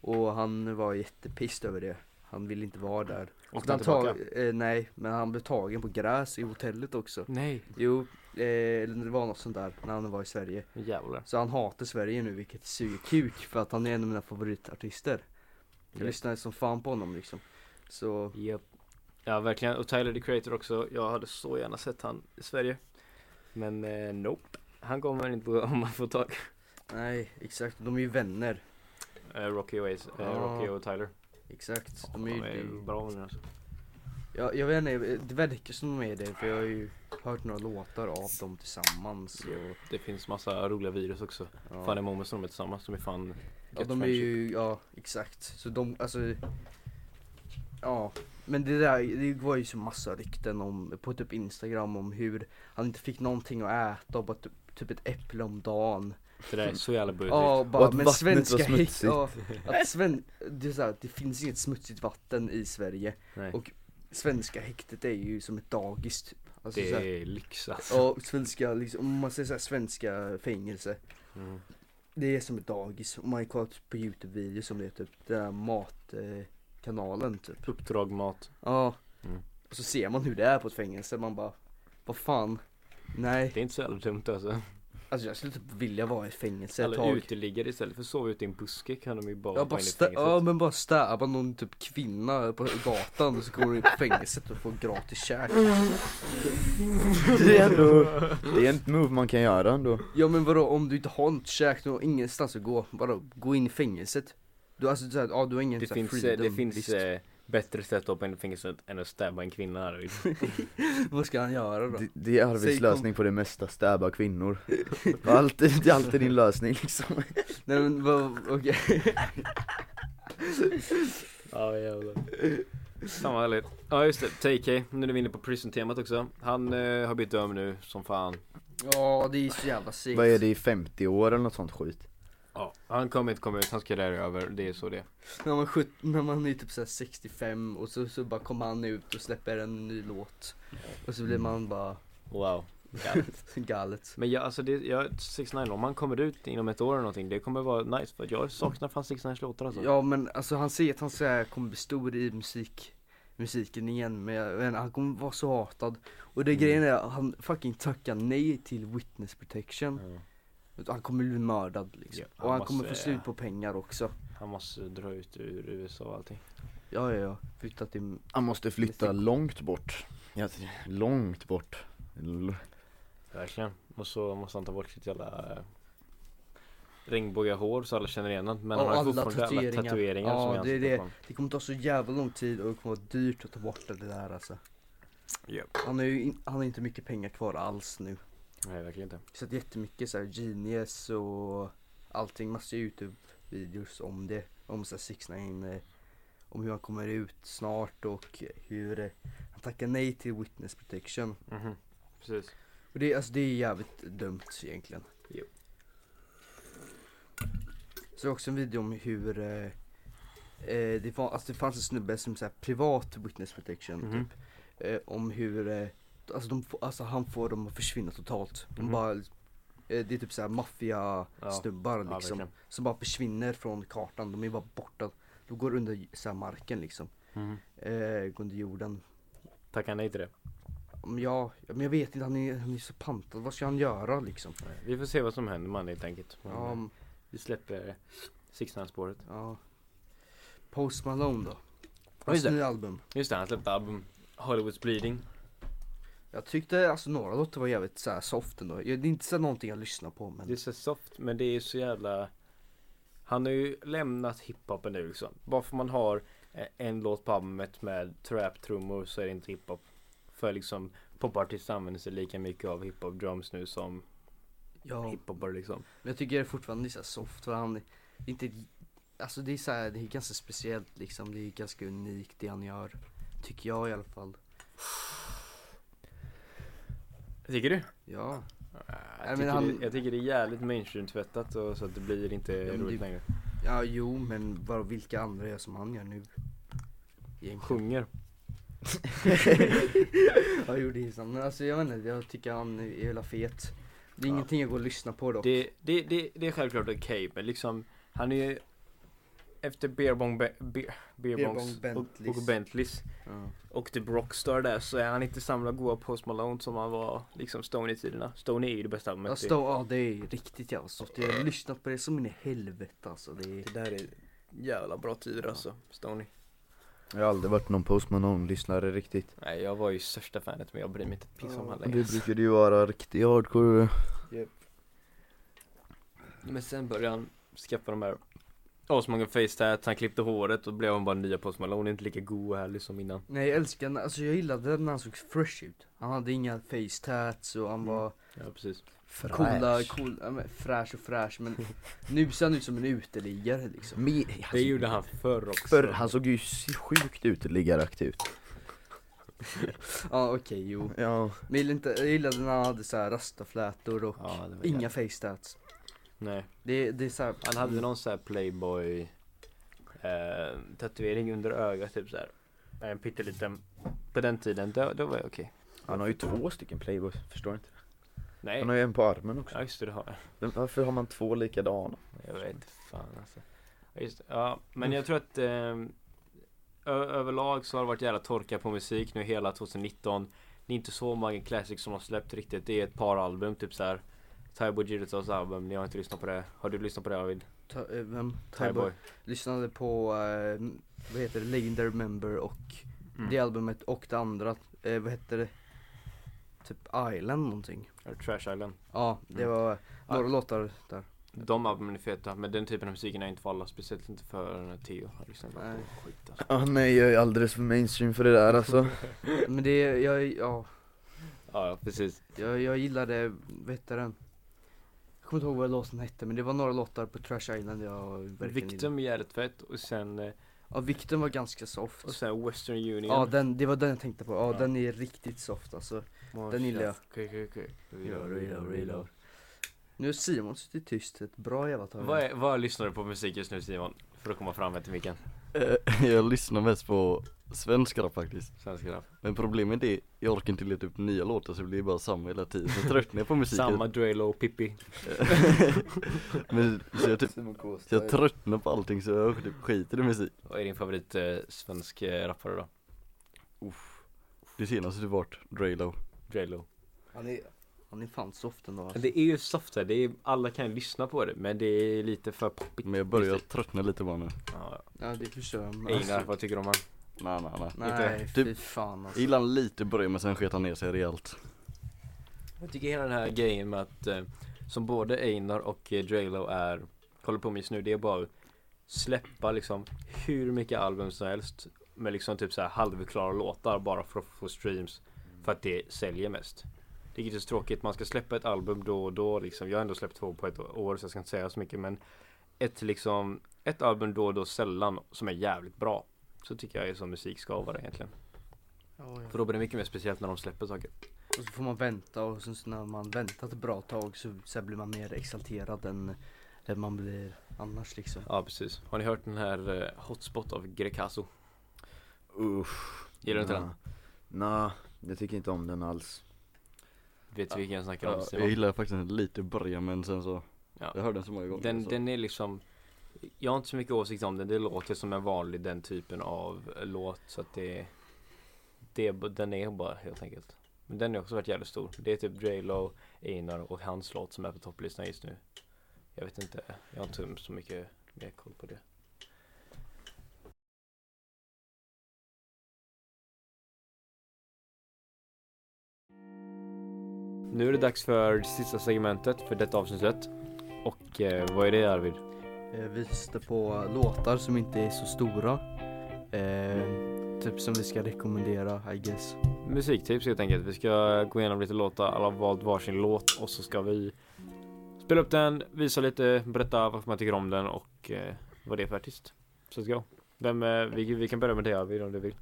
[SPEAKER 4] Och han var jättepist över det. Han ville inte vara där.
[SPEAKER 2] Och
[SPEAKER 4] han tag- eh, nej, men han blev tagen på gräs i hotellet också.
[SPEAKER 2] Nej,
[SPEAKER 4] Jo, eh, eller det var något sånt där när han var i Sverige.
[SPEAKER 2] jävlar.
[SPEAKER 4] Så han hatar Sverige nu vilket suger kuk för att han är en av mina favoritartister. Jag
[SPEAKER 2] Ja.
[SPEAKER 4] lyssnar som fan på honom liksom. Så,
[SPEAKER 2] Japp. Ja verkligen, och Tyler the Creator också. Jag hade så gärna sett han i Sverige. Men eh, nope. Han kommer inte på om man får tag
[SPEAKER 4] nej exakt, de är ju vänner.
[SPEAKER 2] eh, Rocky, och Ace, eh,
[SPEAKER 4] Ja.
[SPEAKER 2] Rocky och Tyler.
[SPEAKER 4] Exakt, de är
[SPEAKER 2] De
[SPEAKER 4] ju
[SPEAKER 2] är bra vänner alltså.
[SPEAKER 4] Jag, jag vet inte, det verkar som de är det för jag har ju hört några låtar av dem tillsammans och
[SPEAKER 2] Det finns massa roliga videos också
[SPEAKER 4] ja.
[SPEAKER 2] Fan det är många som är tillsammans, de är fan
[SPEAKER 4] Ja de är ju, ja exakt. Så de, alltså Ja, men det där, det var ju så massa rykten om, på typ instagram om hur han inte fick någonting att äta och bara typ, typ ett äpple om dagen.
[SPEAKER 2] Det där är så jävla bullshit
[SPEAKER 4] Ja,
[SPEAKER 1] Och
[SPEAKER 4] bara,
[SPEAKER 1] att
[SPEAKER 4] men
[SPEAKER 1] vattnet var
[SPEAKER 4] svenska
[SPEAKER 1] smutsigt.
[SPEAKER 4] Ja, att sven, det, är så här, det finns inget smutsigt vatten i Sverige.
[SPEAKER 2] Nej,
[SPEAKER 4] och- Svenska häktet är ju som ett dagis typ. Alltså,
[SPEAKER 2] det
[SPEAKER 4] så här,
[SPEAKER 2] är lyx alltså
[SPEAKER 4] ja, svenska, liksom, om man säger så här, svenska fängelse.
[SPEAKER 2] mm.
[SPEAKER 4] Det är som ett dagis, om man kollar typ på youtube-videos som det är typ den här matkanalen typ.
[SPEAKER 2] Uppdrag, mat
[SPEAKER 4] Ja.
[SPEAKER 2] Mm.
[SPEAKER 4] Och så ser man hur det är på ett fängelse, man bara, vad fan. Nej,
[SPEAKER 2] Det är inte så jävla dumt alltså
[SPEAKER 4] alltså jag skulle typ vilja vara i ett fängelse ett
[SPEAKER 2] Alla
[SPEAKER 4] tag.
[SPEAKER 2] uteliggare istället för att sova ute i en buske kan de ju bara
[SPEAKER 4] Ja,
[SPEAKER 2] hoppa
[SPEAKER 4] bara
[SPEAKER 2] in i
[SPEAKER 4] stä-
[SPEAKER 2] fängelset
[SPEAKER 4] ja men bara stäba någon typ kvinna på gatan och så går du in på fängelset och får gratis käk.
[SPEAKER 1] Det är ändå, det är ett move man kan göra ändå
[SPEAKER 4] Ja men vadå om du inte har något käk, du har ingenstans att gå, vadå gå in i fängelset? Du, alltså, så här, ja, du har ingen
[SPEAKER 2] Det
[SPEAKER 4] så här,
[SPEAKER 2] finns, eh,
[SPEAKER 4] freedom,
[SPEAKER 2] det finns
[SPEAKER 4] visst.
[SPEAKER 2] eh, bättre sätt att hoppa in i fängelset än att stabba en kvinna här
[SPEAKER 4] Vad ska han göra då?
[SPEAKER 1] Det, det är
[SPEAKER 4] Säg
[SPEAKER 1] Arvids
[SPEAKER 4] kom-
[SPEAKER 1] lösning på det mesta, stäba kvinnor alltid, Det är alltid din lösning liksom
[SPEAKER 4] Nej men vad, okej.
[SPEAKER 2] Ja jävlar Fan vad härligt Ja just det, TK, nu är vi inne på prison-temat också Han eh, har blivit dömd nu som fan
[SPEAKER 4] Ja det är så jävla segt.
[SPEAKER 1] Vad är det i 50 år eller något sånt skit?
[SPEAKER 2] Ja, han kommer inte komma ut, hans karriär är över, det är så det är.
[SPEAKER 4] När man, sjut- när man är typ såhär 65 och så, så bara kommer han ut och släpper en ny låt. Och så blir
[SPEAKER 2] Mm.
[SPEAKER 4] man bara
[SPEAKER 2] Wow Galet.
[SPEAKER 4] galet.
[SPEAKER 2] Men jag, alltså det, jag, 6 9 om han kommer ut inom ett år eller någonting Det kommer vara nice för att jag saknar fan 6 9 låtar alltså
[SPEAKER 4] Ja men alltså han säger att han så här kommer bli stor i musik musiken igen men jag, men han kommer vara så hatad. Och det
[SPEAKER 2] Mm.
[SPEAKER 4] grejen är att han fucking tackar nej till witness protection.
[SPEAKER 2] Ja.
[SPEAKER 4] Han kommer bli mördad liksom.
[SPEAKER 2] Ja, han
[SPEAKER 4] och han
[SPEAKER 2] måste-
[SPEAKER 4] kommer få slut på pengar också.
[SPEAKER 2] Han måste dra ut ur USA och allting
[SPEAKER 4] Ja ja ja, flytta till
[SPEAKER 1] Han måste flytta långt bort ja, Långt bort L-
[SPEAKER 2] Verkligen Och så måste han ta bort sitt jävla eh, Regnbågahår så alla känner igen honom Men
[SPEAKER 4] Ja,
[SPEAKER 2] han har
[SPEAKER 4] alla
[SPEAKER 2] fortfarande alla
[SPEAKER 4] tatueringar.
[SPEAKER 2] tatueringar
[SPEAKER 4] Ja,
[SPEAKER 2] som är
[SPEAKER 4] det är det.
[SPEAKER 2] hans
[SPEAKER 4] Det kommer ta så jävla lång tid och det kommer vara dyrt att ta bort det där alltså.
[SPEAKER 2] Japp.
[SPEAKER 4] Han har ju in, han har inte mycket pengar kvar alls nu.
[SPEAKER 2] Nej verkligen inte
[SPEAKER 4] Så att jättemycket så här genius och allting, massa Youtube-videos om det. Om så här 6 9 om hur han kommer ut snart och hur eh, han tackar nej till witness protection.
[SPEAKER 2] Mhm. Precis
[SPEAKER 4] Och det, alltså, det är jävligt dumt egentligen.
[SPEAKER 2] Jo.
[SPEAKER 4] Så också en video om hur eh, eh, det, var, alltså, det fanns en snubbe som så här, privat witness protection
[SPEAKER 2] Mhm.
[SPEAKER 4] typ. Eh, om hur, eh, alltså, de, får- alltså han får dem att försvinna totalt. De
[SPEAKER 2] Mhm.
[SPEAKER 4] bara, eh, det är typ såhär maffia
[SPEAKER 2] Ja.
[SPEAKER 4] snubbar
[SPEAKER 2] Ja,
[SPEAKER 4] liksom.
[SPEAKER 2] verkligen.
[SPEAKER 4] som bara försvinner från kartan, de är bara borta. De går under så här, marken liksom.
[SPEAKER 2] Mhm.
[SPEAKER 4] Eh, går under jorden.
[SPEAKER 2] Tackar nej till det
[SPEAKER 4] Men ja, men jag vet inte, han är, han är så pantad. Vad ska han göra liksom?
[SPEAKER 2] Nej, Vi får se vad som händer man helt enkelt Men,
[SPEAKER 4] Ja,
[SPEAKER 2] eh,
[SPEAKER 4] m-
[SPEAKER 2] Vi släpper eh, Sixnine-spåret
[SPEAKER 4] ja. Post Malone då.
[SPEAKER 2] just
[SPEAKER 4] Hans
[SPEAKER 2] det.
[SPEAKER 4] nya album.
[SPEAKER 2] Just det, han släppte album Hollywood's Bleeding
[SPEAKER 4] Jag tyckte alltså några låtar var jävligt så här soft ändå. Jag- Det är inte så här någonting jag lyssnar på men.
[SPEAKER 2] Det är så soft men det är så jävla Han har ju lämnat hiphopen nu liksom Bara för man har eh, en låt på albumet med trap-trummor så är det inte hiphop För liksom popartister använder sig lika mycket av hiphop-drums nu som
[SPEAKER 4] Ja, men
[SPEAKER 2] hiphopare liksom
[SPEAKER 4] jag tycker det är fortfarande så här soft för han är inte. Alltså det är så här, det är ganska speciellt liksom. Det är ganska unikt det han gör. Tycker jag i alla fall.
[SPEAKER 2] Tycker du?
[SPEAKER 4] Ja.
[SPEAKER 2] Jag
[SPEAKER 4] men
[SPEAKER 2] tycker,
[SPEAKER 4] han-
[SPEAKER 2] det, jag tycker det är jävligt mainstream-tvättat och så att det blir inte
[SPEAKER 4] Ja, men
[SPEAKER 2] roligt
[SPEAKER 4] det-
[SPEAKER 2] längre
[SPEAKER 4] Ja jo men vad, vilka andra gör som han gör nu? Egentligen.
[SPEAKER 2] Sjunger
[SPEAKER 4] Jag gjorde insan. Men alltså jag vet inte, jag tycker han är jävla fet. Det är
[SPEAKER 2] Ja.
[SPEAKER 4] ingenting jag går och lyssnar på dock.
[SPEAKER 2] det, det, det, det är självklart okej men liksom Han är ju Efter Beerbong Be, Be, Beerbongs
[SPEAKER 4] Beerbong
[SPEAKER 2] och, och
[SPEAKER 4] Bentleys.
[SPEAKER 2] Bentleys
[SPEAKER 4] Ja.
[SPEAKER 2] och typ Rockstar där så är han inte samma goa Post Malone som han var liksom Stone i tiderna. Stone är ju det bästa albumet.
[SPEAKER 4] Ja, stå, ja det är riktigt jävla soft. Jag har lyssnat på det som in i helvete alltså. Det är...
[SPEAKER 2] det där är jävla bra tider alltså, Stony.
[SPEAKER 1] Jag har aldrig varit någon Post Malone-lyssnare riktigt
[SPEAKER 2] Nej jag var ju största fanet men jag bryr mig inte ett piss om han
[SPEAKER 1] Du
[SPEAKER 2] längre.
[SPEAKER 1] brukade ju vara riktig hardcore
[SPEAKER 2] Men sen började han skaffa de här asmånga facetats, han klippte håret och blev han bara nya Post Malone, inte lika god och härlig som innan
[SPEAKER 4] Nej jag älskar, när- alltså jag gillade när han såg fresh ut Han hade inga face tats och
[SPEAKER 2] Mm.
[SPEAKER 4] han var
[SPEAKER 2] Ja precis
[SPEAKER 4] coola, cool, ja, men fräsch och fräsch men nu ser han ut som en uteliggare liksom
[SPEAKER 1] Me,
[SPEAKER 2] Alltså, Det gjorde han förr också
[SPEAKER 1] För han såg ju sjukt uteliggaraktig ut.
[SPEAKER 4] Ja okej jo
[SPEAKER 1] Ja.
[SPEAKER 4] Men jag gillade, inte, jag gillade när han hade så här rastaflätor och
[SPEAKER 2] Ja, det var
[SPEAKER 4] inga
[SPEAKER 2] jävligt.
[SPEAKER 4] face tats
[SPEAKER 2] Nej,
[SPEAKER 4] det, det är så här,
[SPEAKER 2] han hade någon sån här playboy eh, Tatuering under ögat typ såhär En pytteliten På den tiden, då, då var jag okej
[SPEAKER 1] Han har ju två stycken playboys, förstår inte.
[SPEAKER 2] Nej,
[SPEAKER 1] Han har ju en på armen också.
[SPEAKER 2] ja just det, det har jag
[SPEAKER 1] Men varför har man två likadana?
[SPEAKER 2] Jag vet fan alltså. Ja, Just, det. ja, men jag tror att eh, ö- överlag så har det varit jävla torka på musik nu hela 2019. Det är inte så många classics som har släppt riktigt. Det är ett par album, typ så här. Tyboy Giritsas album, ni har inte lyssnat på det. Har du lyssnat på det Arvid?
[SPEAKER 4] ta, eh, vem?
[SPEAKER 2] Tyboy.
[SPEAKER 4] Lyssnade på, eh, vad heter det, Legendary Member och
[SPEAKER 2] Mm.
[SPEAKER 4] det albumet och det andra, eh, vad heter det? Typ Island någonting
[SPEAKER 2] Eller Trash Island.
[SPEAKER 4] Ja, det
[SPEAKER 2] Mm.
[SPEAKER 4] var några låtar där
[SPEAKER 2] De albumen är feta, men den typen av musiken är inte för alla. Speciellt inte för Theo. Han lyssnar bara
[SPEAKER 4] Nej.
[SPEAKER 2] på skit alltså.
[SPEAKER 1] Ah, nej, jag är alldeles för mainstream för det där alltså.
[SPEAKER 4] Men det, jag, ja,
[SPEAKER 2] Ja, ja, precis.
[SPEAKER 4] jag, jag gillade, vad heter den? Jag kommer inte ihåg vad låten hette men det var några låtar på Trash Island jag verkligen gillade.
[SPEAKER 2] Victim är jävligt fett och sen, eh,
[SPEAKER 4] Ja Victim var ganska soft
[SPEAKER 2] och sen Western Union.
[SPEAKER 4] Ja den, det var den jag tänkte på, ja,
[SPEAKER 2] Ja.
[SPEAKER 4] den är riktigt soft alltså den gillar jag.
[SPEAKER 2] Okej, okej, okej.
[SPEAKER 4] Reload, reload, reload. Nu har Simon suttit tyst ett bra jävla tag
[SPEAKER 2] Vad, är, vad lyssnar du på musik just nu Simon? För att komma fram till micken.
[SPEAKER 3] Eh, Jag lyssnar mest på svensk rap faktiskt
[SPEAKER 2] Svenska rap.
[SPEAKER 3] Men problemet är, jag orkar inte leta upp nya låtar så det blir bara samma hela tiden Så tröttnar jag på musiken
[SPEAKER 2] Samma Drelo och Pippi.
[SPEAKER 3] Men så jag typ så jag tröttnar på allting så jag typ skiter i musik
[SPEAKER 2] Vad är din favorit eh, svensk eh, rappare då?
[SPEAKER 3] Det senaste typ vart Draylo
[SPEAKER 2] Drelo.
[SPEAKER 4] Han är, han är fan soft ändå alltså.
[SPEAKER 2] Det är ju softare, det är, alla kan ju lyssna på det men det är lite för poppigt.
[SPEAKER 3] Men jag börjar tröttna lite på honom
[SPEAKER 2] Ja,
[SPEAKER 4] Ja det förstår jag men
[SPEAKER 2] Einar,
[SPEAKER 4] alltså,
[SPEAKER 2] vad tycker du om han?
[SPEAKER 3] Nej nej nej
[SPEAKER 4] Nej
[SPEAKER 3] Typ-
[SPEAKER 4] fy fan
[SPEAKER 3] Jag
[SPEAKER 4] alltså.
[SPEAKER 3] gillar han lite i början men sen sket han ner sig rejält
[SPEAKER 2] Jag tycker hela den här grejen med att eh, som både Einar och eh, Drelo är håller på med just nu det är bara att släppa liksom hur mycket album som helst med liksom typ så här halvklara låtar bara för att få streams för att det säljer mest. Det är så tråkigt, man ska släppa ett album då och då liksom. Jag har ändå släppt två på ett år så jag ska inte säga så mycket men ett liksom ett album då och då sällan som är jävligt bra. Så tycker jag är som musik ska vara egentligen.
[SPEAKER 4] Ja, ja.
[SPEAKER 2] För då blir det mycket mer speciellt när de släpper saker.
[SPEAKER 4] Och så får man vänta och sen så när man väntat ett bra tag så, så här blir man mer exalterad än, än man blir annars liksom
[SPEAKER 2] Ja precis. Har ni hört den här eh, Hotspot av Grecaso?
[SPEAKER 1] Usch.
[SPEAKER 2] Gillar du inte
[SPEAKER 1] Nah.
[SPEAKER 2] den?
[SPEAKER 1] Nah, jag tycker inte om den alls.
[SPEAKER 2] Vet du vilken jag snackar om
[SPEAKER 3] ja, Jag
[SPEAKER 2] Simon?
[SPEAKER 3] gillar faktiskt den lite i början men sen så
[SPEAKER 2] Ja.
[SPEAKER 3] Jag hörde den så många gånger
[SPEAKER 2] Den,
[SPEAKER 3] så.
[SPEAKER 2] den är liksom Jag har inte så mycket åsikt om den, det låter som en vanlig den typen av låt så att det det, är b- Den är bara helt enkelt Men den har också varit jävligt stor Det är typ J.Lo, Einar och hans låt som är på topplistan just nu Jag vet inte, jag har inte så mycket mer koll på det Nu är det dags för sista segmentet för detta avsnittet Och eh, vad är det Arvid?
[SPEAKER 4] Eh, Vi lyssnar på låtar som inte är så stora. Eh, typ som vi ska rekommendera, I guess.
[SPEAKER 2] musiktips helt enkelt. Vi ska gå igenom lite låtar, alla har valt varsin låt och så ska vi spela upp den, visa lite, berätta varför man tycker om den och eh, vad det är för artist. Så let's go. Vem, eh, vi, vi kan börja med dig Arvid om du vill.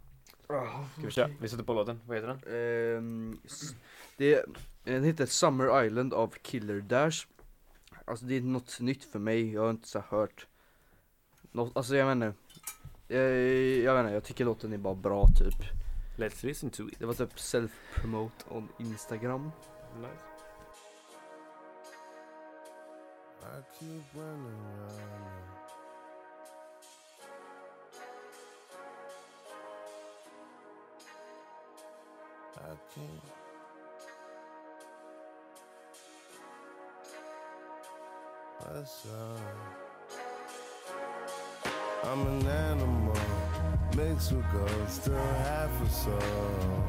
[SPEAKER 2] Ska vi köra? Vi sätter på låten, vad heter den?
[SPEAKER 4] Ah, Ehm, s- det, den heter Summer Island av Killer Dash. Alltså det är något nytt för mig, jag har inte så här hört något, alltså jag menar jag, jag menar, jag tycker låten är bara bra typ.
[SPEAKER 2] Let's listen to it.
[SPEAKER 4] Det var typ self-promote on Instagram.
[SPEAKER 5] I keep running around. I keep. What's up? I'm an animal, mixed with gold, still half a soul.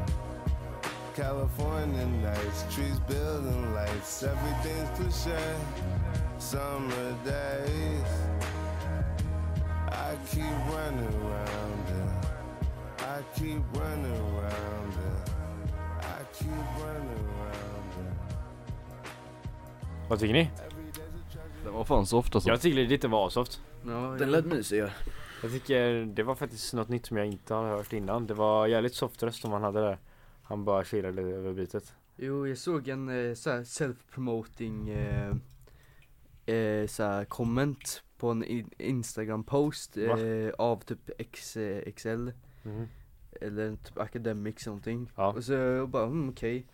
[SPEAKER 5] California nights, trees building lights, everything's cliche. Summer days, keep running round it. I keep running round it. I keep running round it.
[SPEAKER 2] Vad tycker ni?
[SPEAKER 3] Det var fan soft alltså.
[SPEAKER 2] Jag tycker inte var soft.
[SPEAKER 4] Ja,
[SPEAKER 1] Den lät mysigare.
[SPEAKER 2] Jag tycker det var faktiskt något nytt som jag inte har hört innan. Det var jävligt soft röst som han hade där. Han bara chillade lite över bitet.
[SPEAKER 4] Jo, jag såg en eh, så här self-promoting eh, eh, så här comment på en in- Instagram-post
[SPEAKER 2] Va?
[SPEAKER 4] eh, av typ X, eh, XL
[SPEAKER 2] Mm.
[SPEAKER 4] eller typ Academics någonting.
[SPEAKER 2] Ja.
[SPEAKER 4] Och så jag bara, mm, okej.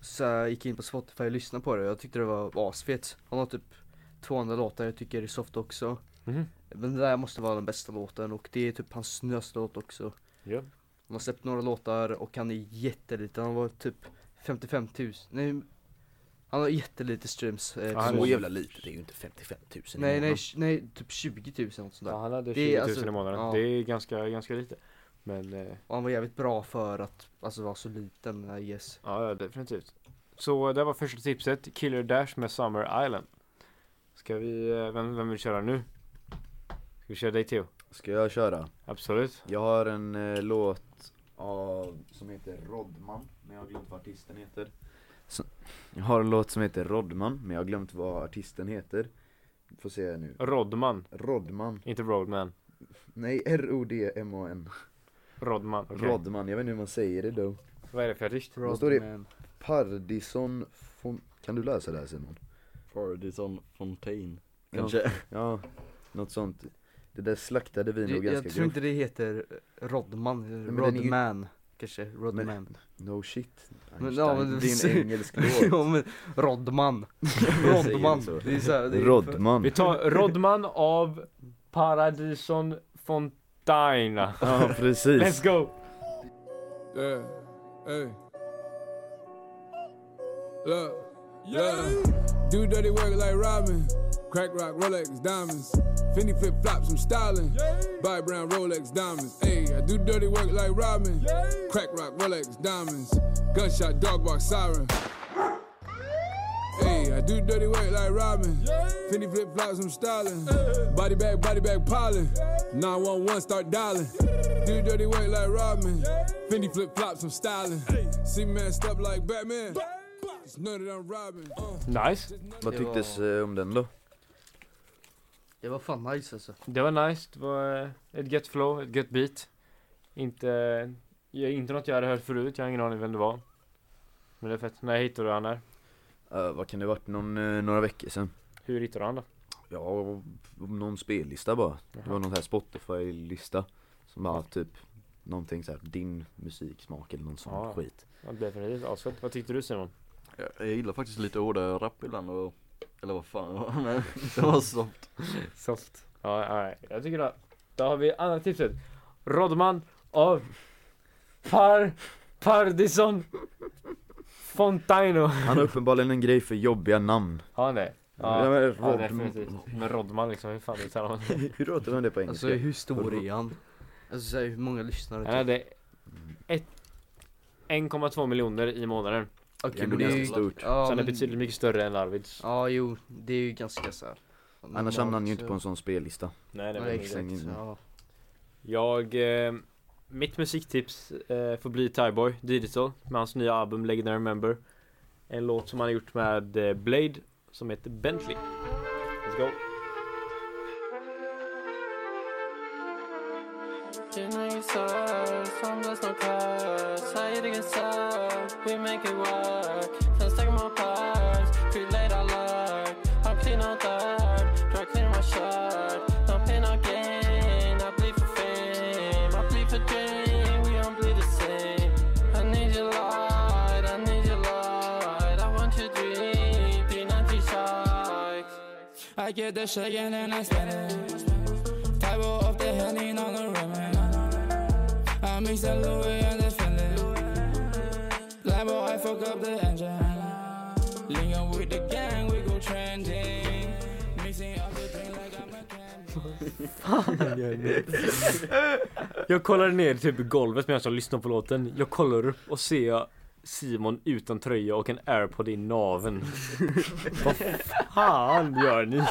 [SPEAKER 4] Så jag gick in på Spotify och lyssnade på det och jag tyckte det var asfett. Han har typ två andra låtar jag tycker är soft också.
[SPEAKER 2] Mhm.
[SPEAKER 4] Men det där måste vara den bästa låten och det är typ hans nyaste låt också.
[SPEAKER 2] Ja.
[SPEAKER 4] Han har släppt några låtar och han är jätteliten, han var typ 55 000, nej Han har jättelite streams eh,
[SPEAKER 2] Ja, han
[SPEAKER 4] på-
[SPEAKER 2] är-
[SPEAKER 1] Så jävla lite, det är ju inte 55 000 i
[SPEAKER 4] Nej nej,
[SPEAKER 1] månaden.
[SPEAKER 4] tj- nej typ 20 000 något sånt där
[SPEAKER 2] Ja, han hade
[SPEAKER 4] Det
[SPEAKER 2] 20
[SPEAKER 4] är
[SPEAKER 2] 000
[SPEAKER 4] alltså-
[SPEAKER 2] i månaden.
[SPEAKER 4] ja.
[SPEAKER 2] Det är ganska, ganska lite. Men eh,
[SPEAKER 4] Och han var jävligt bra för att alltså vara så liten, I guess
[SPEAKER 2] ja, ja, definitivt. Så eh, det var första tipset. Killer Dash med Summer Island. Ska vi, eh, vem, vem vill köra nu? Ska vi köra dig Theo?
[SPEAKER 1] Ska jag köra?
[SPEAKER 2] Absolut.
[SPEAKER 1] Jag har en eh, låt av, som heter Rodman, men jag har glömt vad artisten heter. Så, jag har en låt som heter Rodman, men jag har glömt vad artisten heter. Får se nu.
[SPEAKER 2] Rodman,
[SPEAKER 1] Rodman.
[SPEAKER 2] inte Rodman.
[SPEAKER 1] Nej, R-O-D-M-A-N.
[SPEAKER 2] Rodman. okej.
[SPEAKER 1] Rodman, jag vet inte hur man säger det då.
[SPEAKER 2] Vad är det för artist?
[SPEAKER 1] Vad står det?
[SPEAKER 4] Rodman.
[SPEAKER 1] Pardison Fon... Kan du läsa det här Simon?
[SPEAKER 3] Fardison Fontaine.
[SPEAKER 1] Ja.
[SPEAKER 3] Kanske.
[SPEAKER 1] Ja, något sånt. Det där slaktade vi nog
[SPEAKER 4] Det- Jag
[SPEAKER 1] ganska
[SPEAKER 4] tror
[SPEAKER 1] grovt.
[SPEAKER 4] inte det heter eh, Rodman,
[SPEAKER 1] men den är ju-
[SPEAKER 4] Rodman kanske, Rodman
[SPEAKER 1] No shit.
[SPEAKER 4] Men,
[SPEAKER 1] Einstein.
[SPEAKER 4] ja, men du-
[SPEAKER 1] det är en engelsk låt.
[SPEAKER 4] ja men Rodman,
[SPEAKER 1] Jag säger
[SPEAKER 4] Rodman,
[SPEAKER 1] så.
[SPEAKER 4] det är så här, det är
[SPEAKER 2] Vi
[SPEAKER 1] Rodman.
[SPEAKER 2] tar Rodman av Paradison Fontaina.
[SPEAKER 1] Ja, precis.
[SPEAKER 2] Let's go!
[SPEAKER 6] Yeah. Hey. Look. Yeah. Do dirty work like Robin. Crack rock, Rolex, diamonds. Fendi flip flops, I'm styling. Buy brown Rolex, diamonds. Hey, I do dirty work like Robin. Crack rock, Rolex, diamonds. Gunshot, dog bark, siren. Hey, I do dirty work like Robin. Fendi flip flops, I'm styling. Body bag, body bag, piling. 911, start dialing. Do dirty work like Robin. Fendi flip flops, I'm styling. See man step like Batman. Just know that I'm robbing. Uh.
[SPEAKER 2] Nice.
[SPEAKER 1] Vad tycktes eh, om den då?
[SPEAKER 4] Det var fan nice alltså
[SPEAKER 2] Det var nice. Det var eh, ett gött flow, ett gött beat. Inte, ja, inte något jag hade hört förut. Jag har ingen aning vem det var. Men det är fett. När hittade du han här?
[SPEAKER 1] Eh, vad kan det varit, någon, eh, några veckor sedan?
[SPEAKER 2] Hur hittade du han då?
[SPEAKER 1] Ja, någon spellista bara. Det var någon sån här Spotify-lista. Som bara typ, någonting såhär, din musiksmak eller någon sån
[SPEAKER 2] Ja.
[SPEAKER 1] skit.
[SPEAKER 2] Ja, definitivt asfett. Vad tyckte du Simon?
[SPEAKER 3] Jag, jag gillar faktiskt lite hårdare rap ibland och eller vad fan det var, men det var soft.
[SPEAKER 2] Soft. Ja, nej. Jag tycker det. Då har vi andra tipset. Rodman av Par Pardison Fontaino.
[SPEAKER 1] Han har uppenbarligen en grej för jobbiga namn.
[SPEAKER 2] Har han det?
[SPEAKER 1] Ja,
[SPEAKER 2] Ja,
[SPEAKER 1] men
[SPEAKER 2] ja
[SPEAKER 1] Rodman-
[SPEAKER 2] definitivt. Men Rodman liksom, hur fan uttalar man det?
[SPEAKER 1] Hur låter man det på engelska?
[SPEAKER 4] Alltså hur stor är han? Alltså så här, hur många lyssnare?
[SPEAKER 2] Han
[SPEAKER 4] typ?
[SPEAKER 2] hade ett- 1,2 miljoner i månaden.
[SPEAKER 1] det är ändå ganska stort.
[SPEAKER 4] Ja,
[SPEAKER 2] så han är
[SPEAKER 4] men-
[SPEAKER 2] betydligt mycket större än Arvids.
[SPEAKER 4] Ja jo, det är ju ganska såhär
[SPEAKER 1] Annars hamnar han ju inte på en sån spellista.
[SPEAKER 2] Nej, det
[SPEAKER 4] Nej,
[SPEAKER 2] var
[SPEAKER 4] nej,
[SPEAKER 2] inte
[SPEAKER 4] exakt,
[SPEAKER 1] ingen-
[SPEAKER 4] ja.
[SPEAKER 2] Jag, eh, mitt musiktips eh, får bli Tyboy, Digital, med hans nya album Legendary Remember. En låt som han har gjort med eh, Blade, som heter Bentley. Let's go.
[SPEAKER 7] Tonight sucks, homeless no cars, tired against sucks, we make it work. Let's take my parts, relate our luck. I'm clean on third, dry clean my shirt. No pain, no gain, I bleed for fame, I bleed for dream, we don't bleed the same. I need your light, I need your light, I want your dream, be not too shy. I get the shaking and I spinning. Table off the henny, on the rim. I mix that Louis and the Philly. Lambo, I fuck up the engine. Lingo with the gang, we go trending. Mixing up the drink like I'm a candy.
[SPEAKER 2] Jag kollar ner typ i golvet medan jag lyssnar på låten. Jag kollar upp och ser jag Simon utan tröja och en airpod i naven. Vad fan gör ni?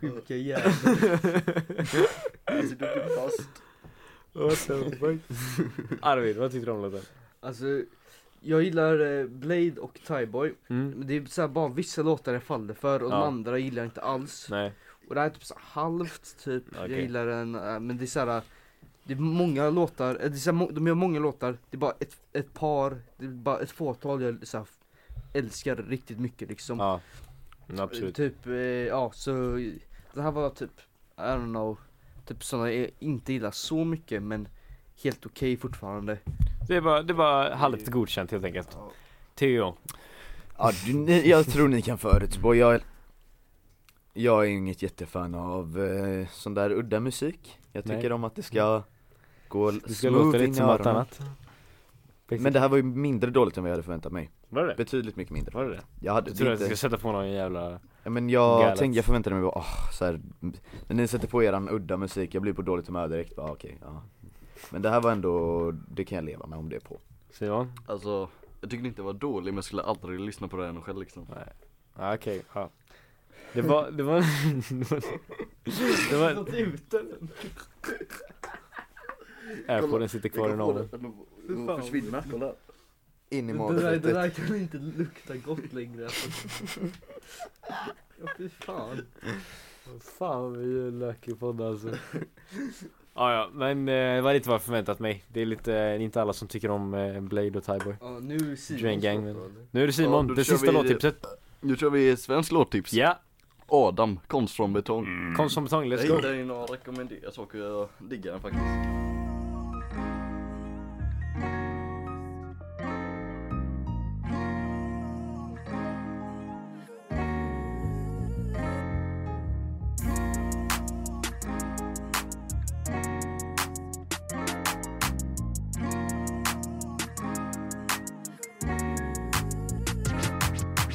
[SPEAKER 4] Sjuka jävlar.
[SPEAKER 3] Alltså du blir fast.
[SPEAKER 2] What the fuck? Arvid, vad tyckte du om låten?
[SPEAKER 4] Alltså, jag gillar eh, Blade och Tyboy.
[SPEAKER 2] Mm.
[SPEAKER 4] Men det är så här bara vissa låtar jag faller för och
[SPEAKER 2] Ja.
[SPEAKER 4] de andra gillar jag inte alls.
[SPEAKER 2] Nej,
[SPEAKER 4] Och det här är typ så här halvt typ,
[SPEAKER 2] Okej.
[SPEAKER 4] jag gillar den, eh, men det är så här. Det är många låtar, eh, det är så här, må- de gör många låtar, det är bara ett, ett par, det är bara ett fåtal jag så här, älskar riktigt mycket liksom
[SPEAKER 2] ja. Mm, absolut.
[SPEAKER 4] Typ, eh, ja så Det här var typ, I don't know Typ sådana jag inte gillar så mycket men Helt okej fortfarande
[SPEAKER 2] Det är bara, det är bara halvt godkänt helt enkelt. Theo.
[SPEAKER 1] Ja, du, ni, jag tror ni kan förutspå, jag, jag är ju inget jättefan av eh, sån där udda musik Jag
[SPEAKER 2] Nej. Mm.
[SPEAKER 1] tycker om att det ska gå
[SPEAKER 2] Det ska låta lite som något annat.
[SPEAKER 1] Men det här var ju mindre dåligt än vad jag hade förväntat mig
[SPEAKER 2] Var det det?
[SPEAKER 1] Betydligt mycket mindre
[SPEAKER 2] Var det det?
[SPEAKER 1] Jag hade
[SPEAKER 2] Du
[SPEAKER 1] det
[SPEAKER 2] tror att jag
[SPEAKER 1] inte,
[SPEAKER 2] ska sätta på någon jävla...
[SPEAKER 1] ja, men jag
[SPEAKER 2] Galet.
[SPEAKER 1] tänkte, jag förväntade mig bara, åh, så här, När ni sätter på eran udda musik, jag blir på dåligt humör direkt, bara okej, ja Men det här var ändå, det kan jag leva med om det är på
[SPEAKER 2] Simon?
[SPEAKER 3] Alltså, jag tycker inte det var dålig men jag skulle aldrig lyssna på den själv liksom.
[SPEAKER 2] Ja, okej. ja. Det var, det var... det var- det var... Airpodden sitter kvar i någon.
[SPEAKER 3] Den försvinner, kolla.
[SPEAKER 1] In i
[SPEAKER 4] kan inte lukta gott längre alltså. Ja fy fan
[SPEAKER 2] Fan vi är lucky podd alltså. ja, ja, men eh, det var lite vad jag förväntat mig. Det är lite, eh, det är inte alla som tycker om eh, Blade och Tyboy.
[SPEAKER 4] Ja nu
[SPEAKER 2] Drain
[SPEAKER 4] Simons
[SPEAKER 2] Gang, men-
[SPEAKER 4] låt, eller?
[SPEAKER 2] Nu är det
[SPEAKER 3] Ja,
[SPEAKER 2] Simon,
[SPEAKER 3] då
[SPEAKER 2] det
[SPEAKER 3] kör
[SPEAKER 2] sista
[SPEAKER 3] vi- eh,
[SPEAKER 2] låttipset.
[SPEAKER 3] Nu kör vi svensk låttips.
[SPEAKER 2] Ja,
[SPEAKER 3] Adam, konst från betong.
[SPEAKER 2] konst som betong, let's
[SPEAKER 3] Jag
[SPEAKER 2] go.
[SPEAKER 3] gillar ju några rekommenderade saker, jag diggar den faktiskt.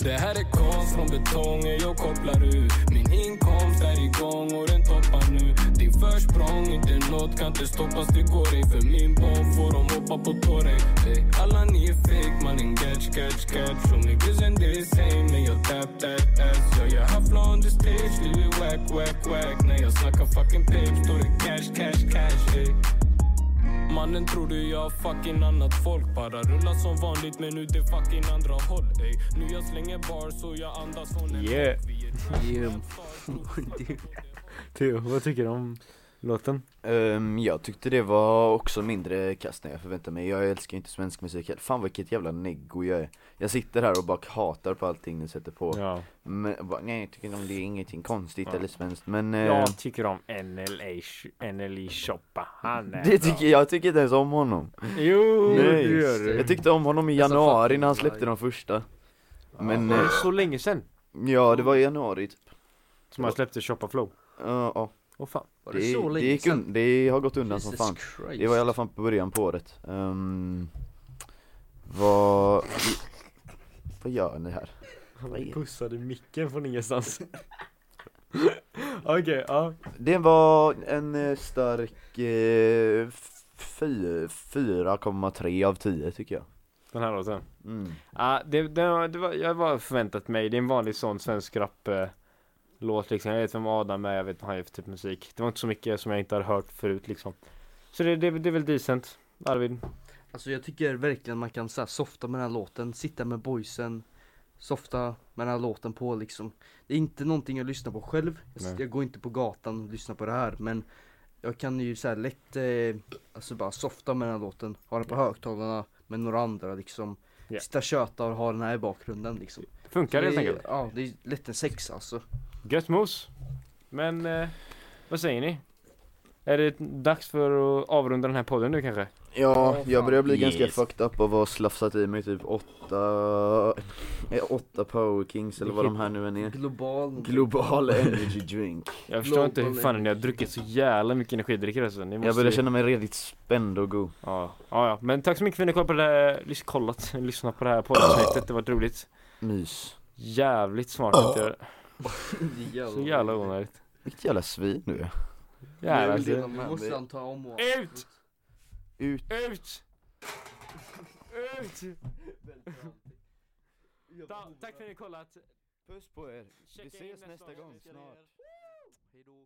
[SPEAKER 8] Det här är konst från betongen jag kopplar ur Min inkomst är igång och den toppar nu Din försprång, inte nåt kan inte stoppas det går dig För min bomb får de hoppa på tå dig Ey, Alla ni är fake mannen, catch, catch, catch Som niggas and they same när jag tap that ass Jag gör hafla on the stage, du är wack, wack, wack När jag snackar fucking pape står det cash, cash, cash ey. Mannen tror du jag har fucking annat folk Bara rullar som vanligt men ut det fucking andra håll ey. Nu jag slänger bars och jag andas från en
[SPEAKER 2] Yeah.
[SPEAKER 8] Vi är
[SPEAKER 4] Damn.
[SPEAKER 2] Theo, vad tycker du om låten?
[SPEAKER 1] Ehm, jag tyckte det var också mindre kast än jag förväntade mig. Jag älskar inte svensk musik heller. Fan vilket jävla neggo jag är. Jag sitter här och bara hatar på allting ni sätter på.
[SPEAKER 2] Ja.
[SPEAKER 1] Men, va, nej jag tycker om det är ingenting konstigt
[SPEAKER 2] Ja.
[SPEAKER 1] eller svenskt. Men eh,
[SPEAKER 2] Jag tycker om NLA, NLE Choppa. Han är
[SPEAKER 1] det tycker, jag tycker inte ens om honom.
[SPEAKER 2] Jo, det
[SPEAKER 1] Nej.
[SPEAKER 2] gör du.
[SPEAKER 1] Jag tyckte om honom i
[SPEAKER 4] Alltså,
[SPEAKER 1] januari
[SPEAKER 4] fucking
[SPEAKER 1] när han släppte
[SPEAKER 4] liar.
[SPEAKER 1] de första. Men
[SPEAKER 2] Men, det
[SPEAKER 1] eh,
[SPEAKER 2] är så länge sen
[SPEAKER 1] ja det var i januari typ.
[SPEAKER 2] som han släppte Choppa Flow.
[SPEAKER 1] Ja, ja.
[SPEAKER 2] Åh fan.
[SPEAKER 4] Var
[SPEAKER 1] det,
[SPEAKER 4] det så
[SPEAKER 1] det,
[SPEAKER 4] länge
[SPEAKER 1] gick
[SPEAKER 4] sedan?
[SPEAKER 1] un- det har gått undan som
[SPEAKER 4] Jesus
[SPEAKER 1] fan.
[SPEAKER 4] Christ.
[SPEAKER 1] Det var i alla fall på början på året. Ehm, vad... Vad gör ni här?
[SPEAKER 2] Han pussade micken från ingenstans. Okej, ja.
[SPEAKER 1] Det var en eh, stark eh, fy- 4,3 av 10 tycker jag.
[SPEAKER 2] Den här låten.
[SPEAKER 1] Mm.
[SPEAKER 2] Ja, det, det, det var, jag var förväntat mig. Det är en vanlig sån svensk rap eh, låt liksom. Jag vet vem Adam är, jag vet vad han gör för typ musik. Det var inte så mycket som jag inte har hört förut liksom. Så det, det, det är väl decent. Arvid.
[SPEAKER 4] Alltså jag tycker verkligen man kan så här, softa med den här låten, sitta med boysen Softa med den här låten på liksom Det är inte någonting jag lyssnar på själv Jag,
[SPEAKER 2] Nej.
[SPEAKER 4] jag går inte på gatan och lyssnar på det här men Jag kan ju så här lätt eh, Alltså bara softa med den här låten Ha den på högtalarna med några andra liksom
[SPEAKER 2] Ja.
[SPEAKER 4] Sitta och tjöta och ha den här i bakgrunden liksom
[SPEAKER 2] Funkar det helt enkelt.
[SPEAKER 4] Ja det är lätt en sex alltså
[SPEAKER 2] Gött mos. Men eh, vad säger ni? Är det dags för att avrunda den här podden nu kanske?
[SPEAKER 1] Ja, jag börjar bli ganska
[SPEAKER 2] Yes.
[SPEAKER 1] fucked up av att ha slafsat i mig typ 8 åtta power kings eller vad de här nu än är.
[SPEAKER 4] Global
[SPEAKER 1] Global energy drink.
[SPEAKER 2] Jag förstår inte hur
[SPEAKER 4] Global
[SPEAKER 2] fan ni har
[SPEAKER 4] energy.
[SPEAKER 2] druckit så jävla mycket energidrycker alltså. Ni måste
[SPEAKER 1] Jag börjar
[SPEAKER 2] ju-
[SPEAKER 1] känna mig redigt spänd och god.
[SPEAKER 2] Ja, ja, ja. Men tack så mycket för att ni kollade på det här, lys- kollat, lyssnat på det här poddavsnittet. Det var roligt.
[SPEAKER 1] Mys.
[SPEAKER 2] Jävligt smart att göra. Så
[SPEAKER 4] Jävlar.
[SPEAKER 2] jävla onödigt.
[SPEAKER 1] Vilket jävla svin nu är.
[SPEAKER 2] Jävlar.
[SPEAKER 1] det-
[SPEAKER 2] det-
[SPEAKER 4] Nu måste han ta om och
[SPEAKER 2] Ut!
[SPEAKER 1] Ut.
[SPEAKER 2] Ut! Ut! Ta- Tack för att ni kollat.
[SPEAKER 1] Puss på er, vi
[SPEAKER 2] Checka in
[SPEAKER 1] ses
[SPEAKER 2] nästa
[SPEAKER 1] nästa
[SPEAKER 2] avsnitt.
[SPEAKER 1] gång snart
[SPEAKER 4] Hejdå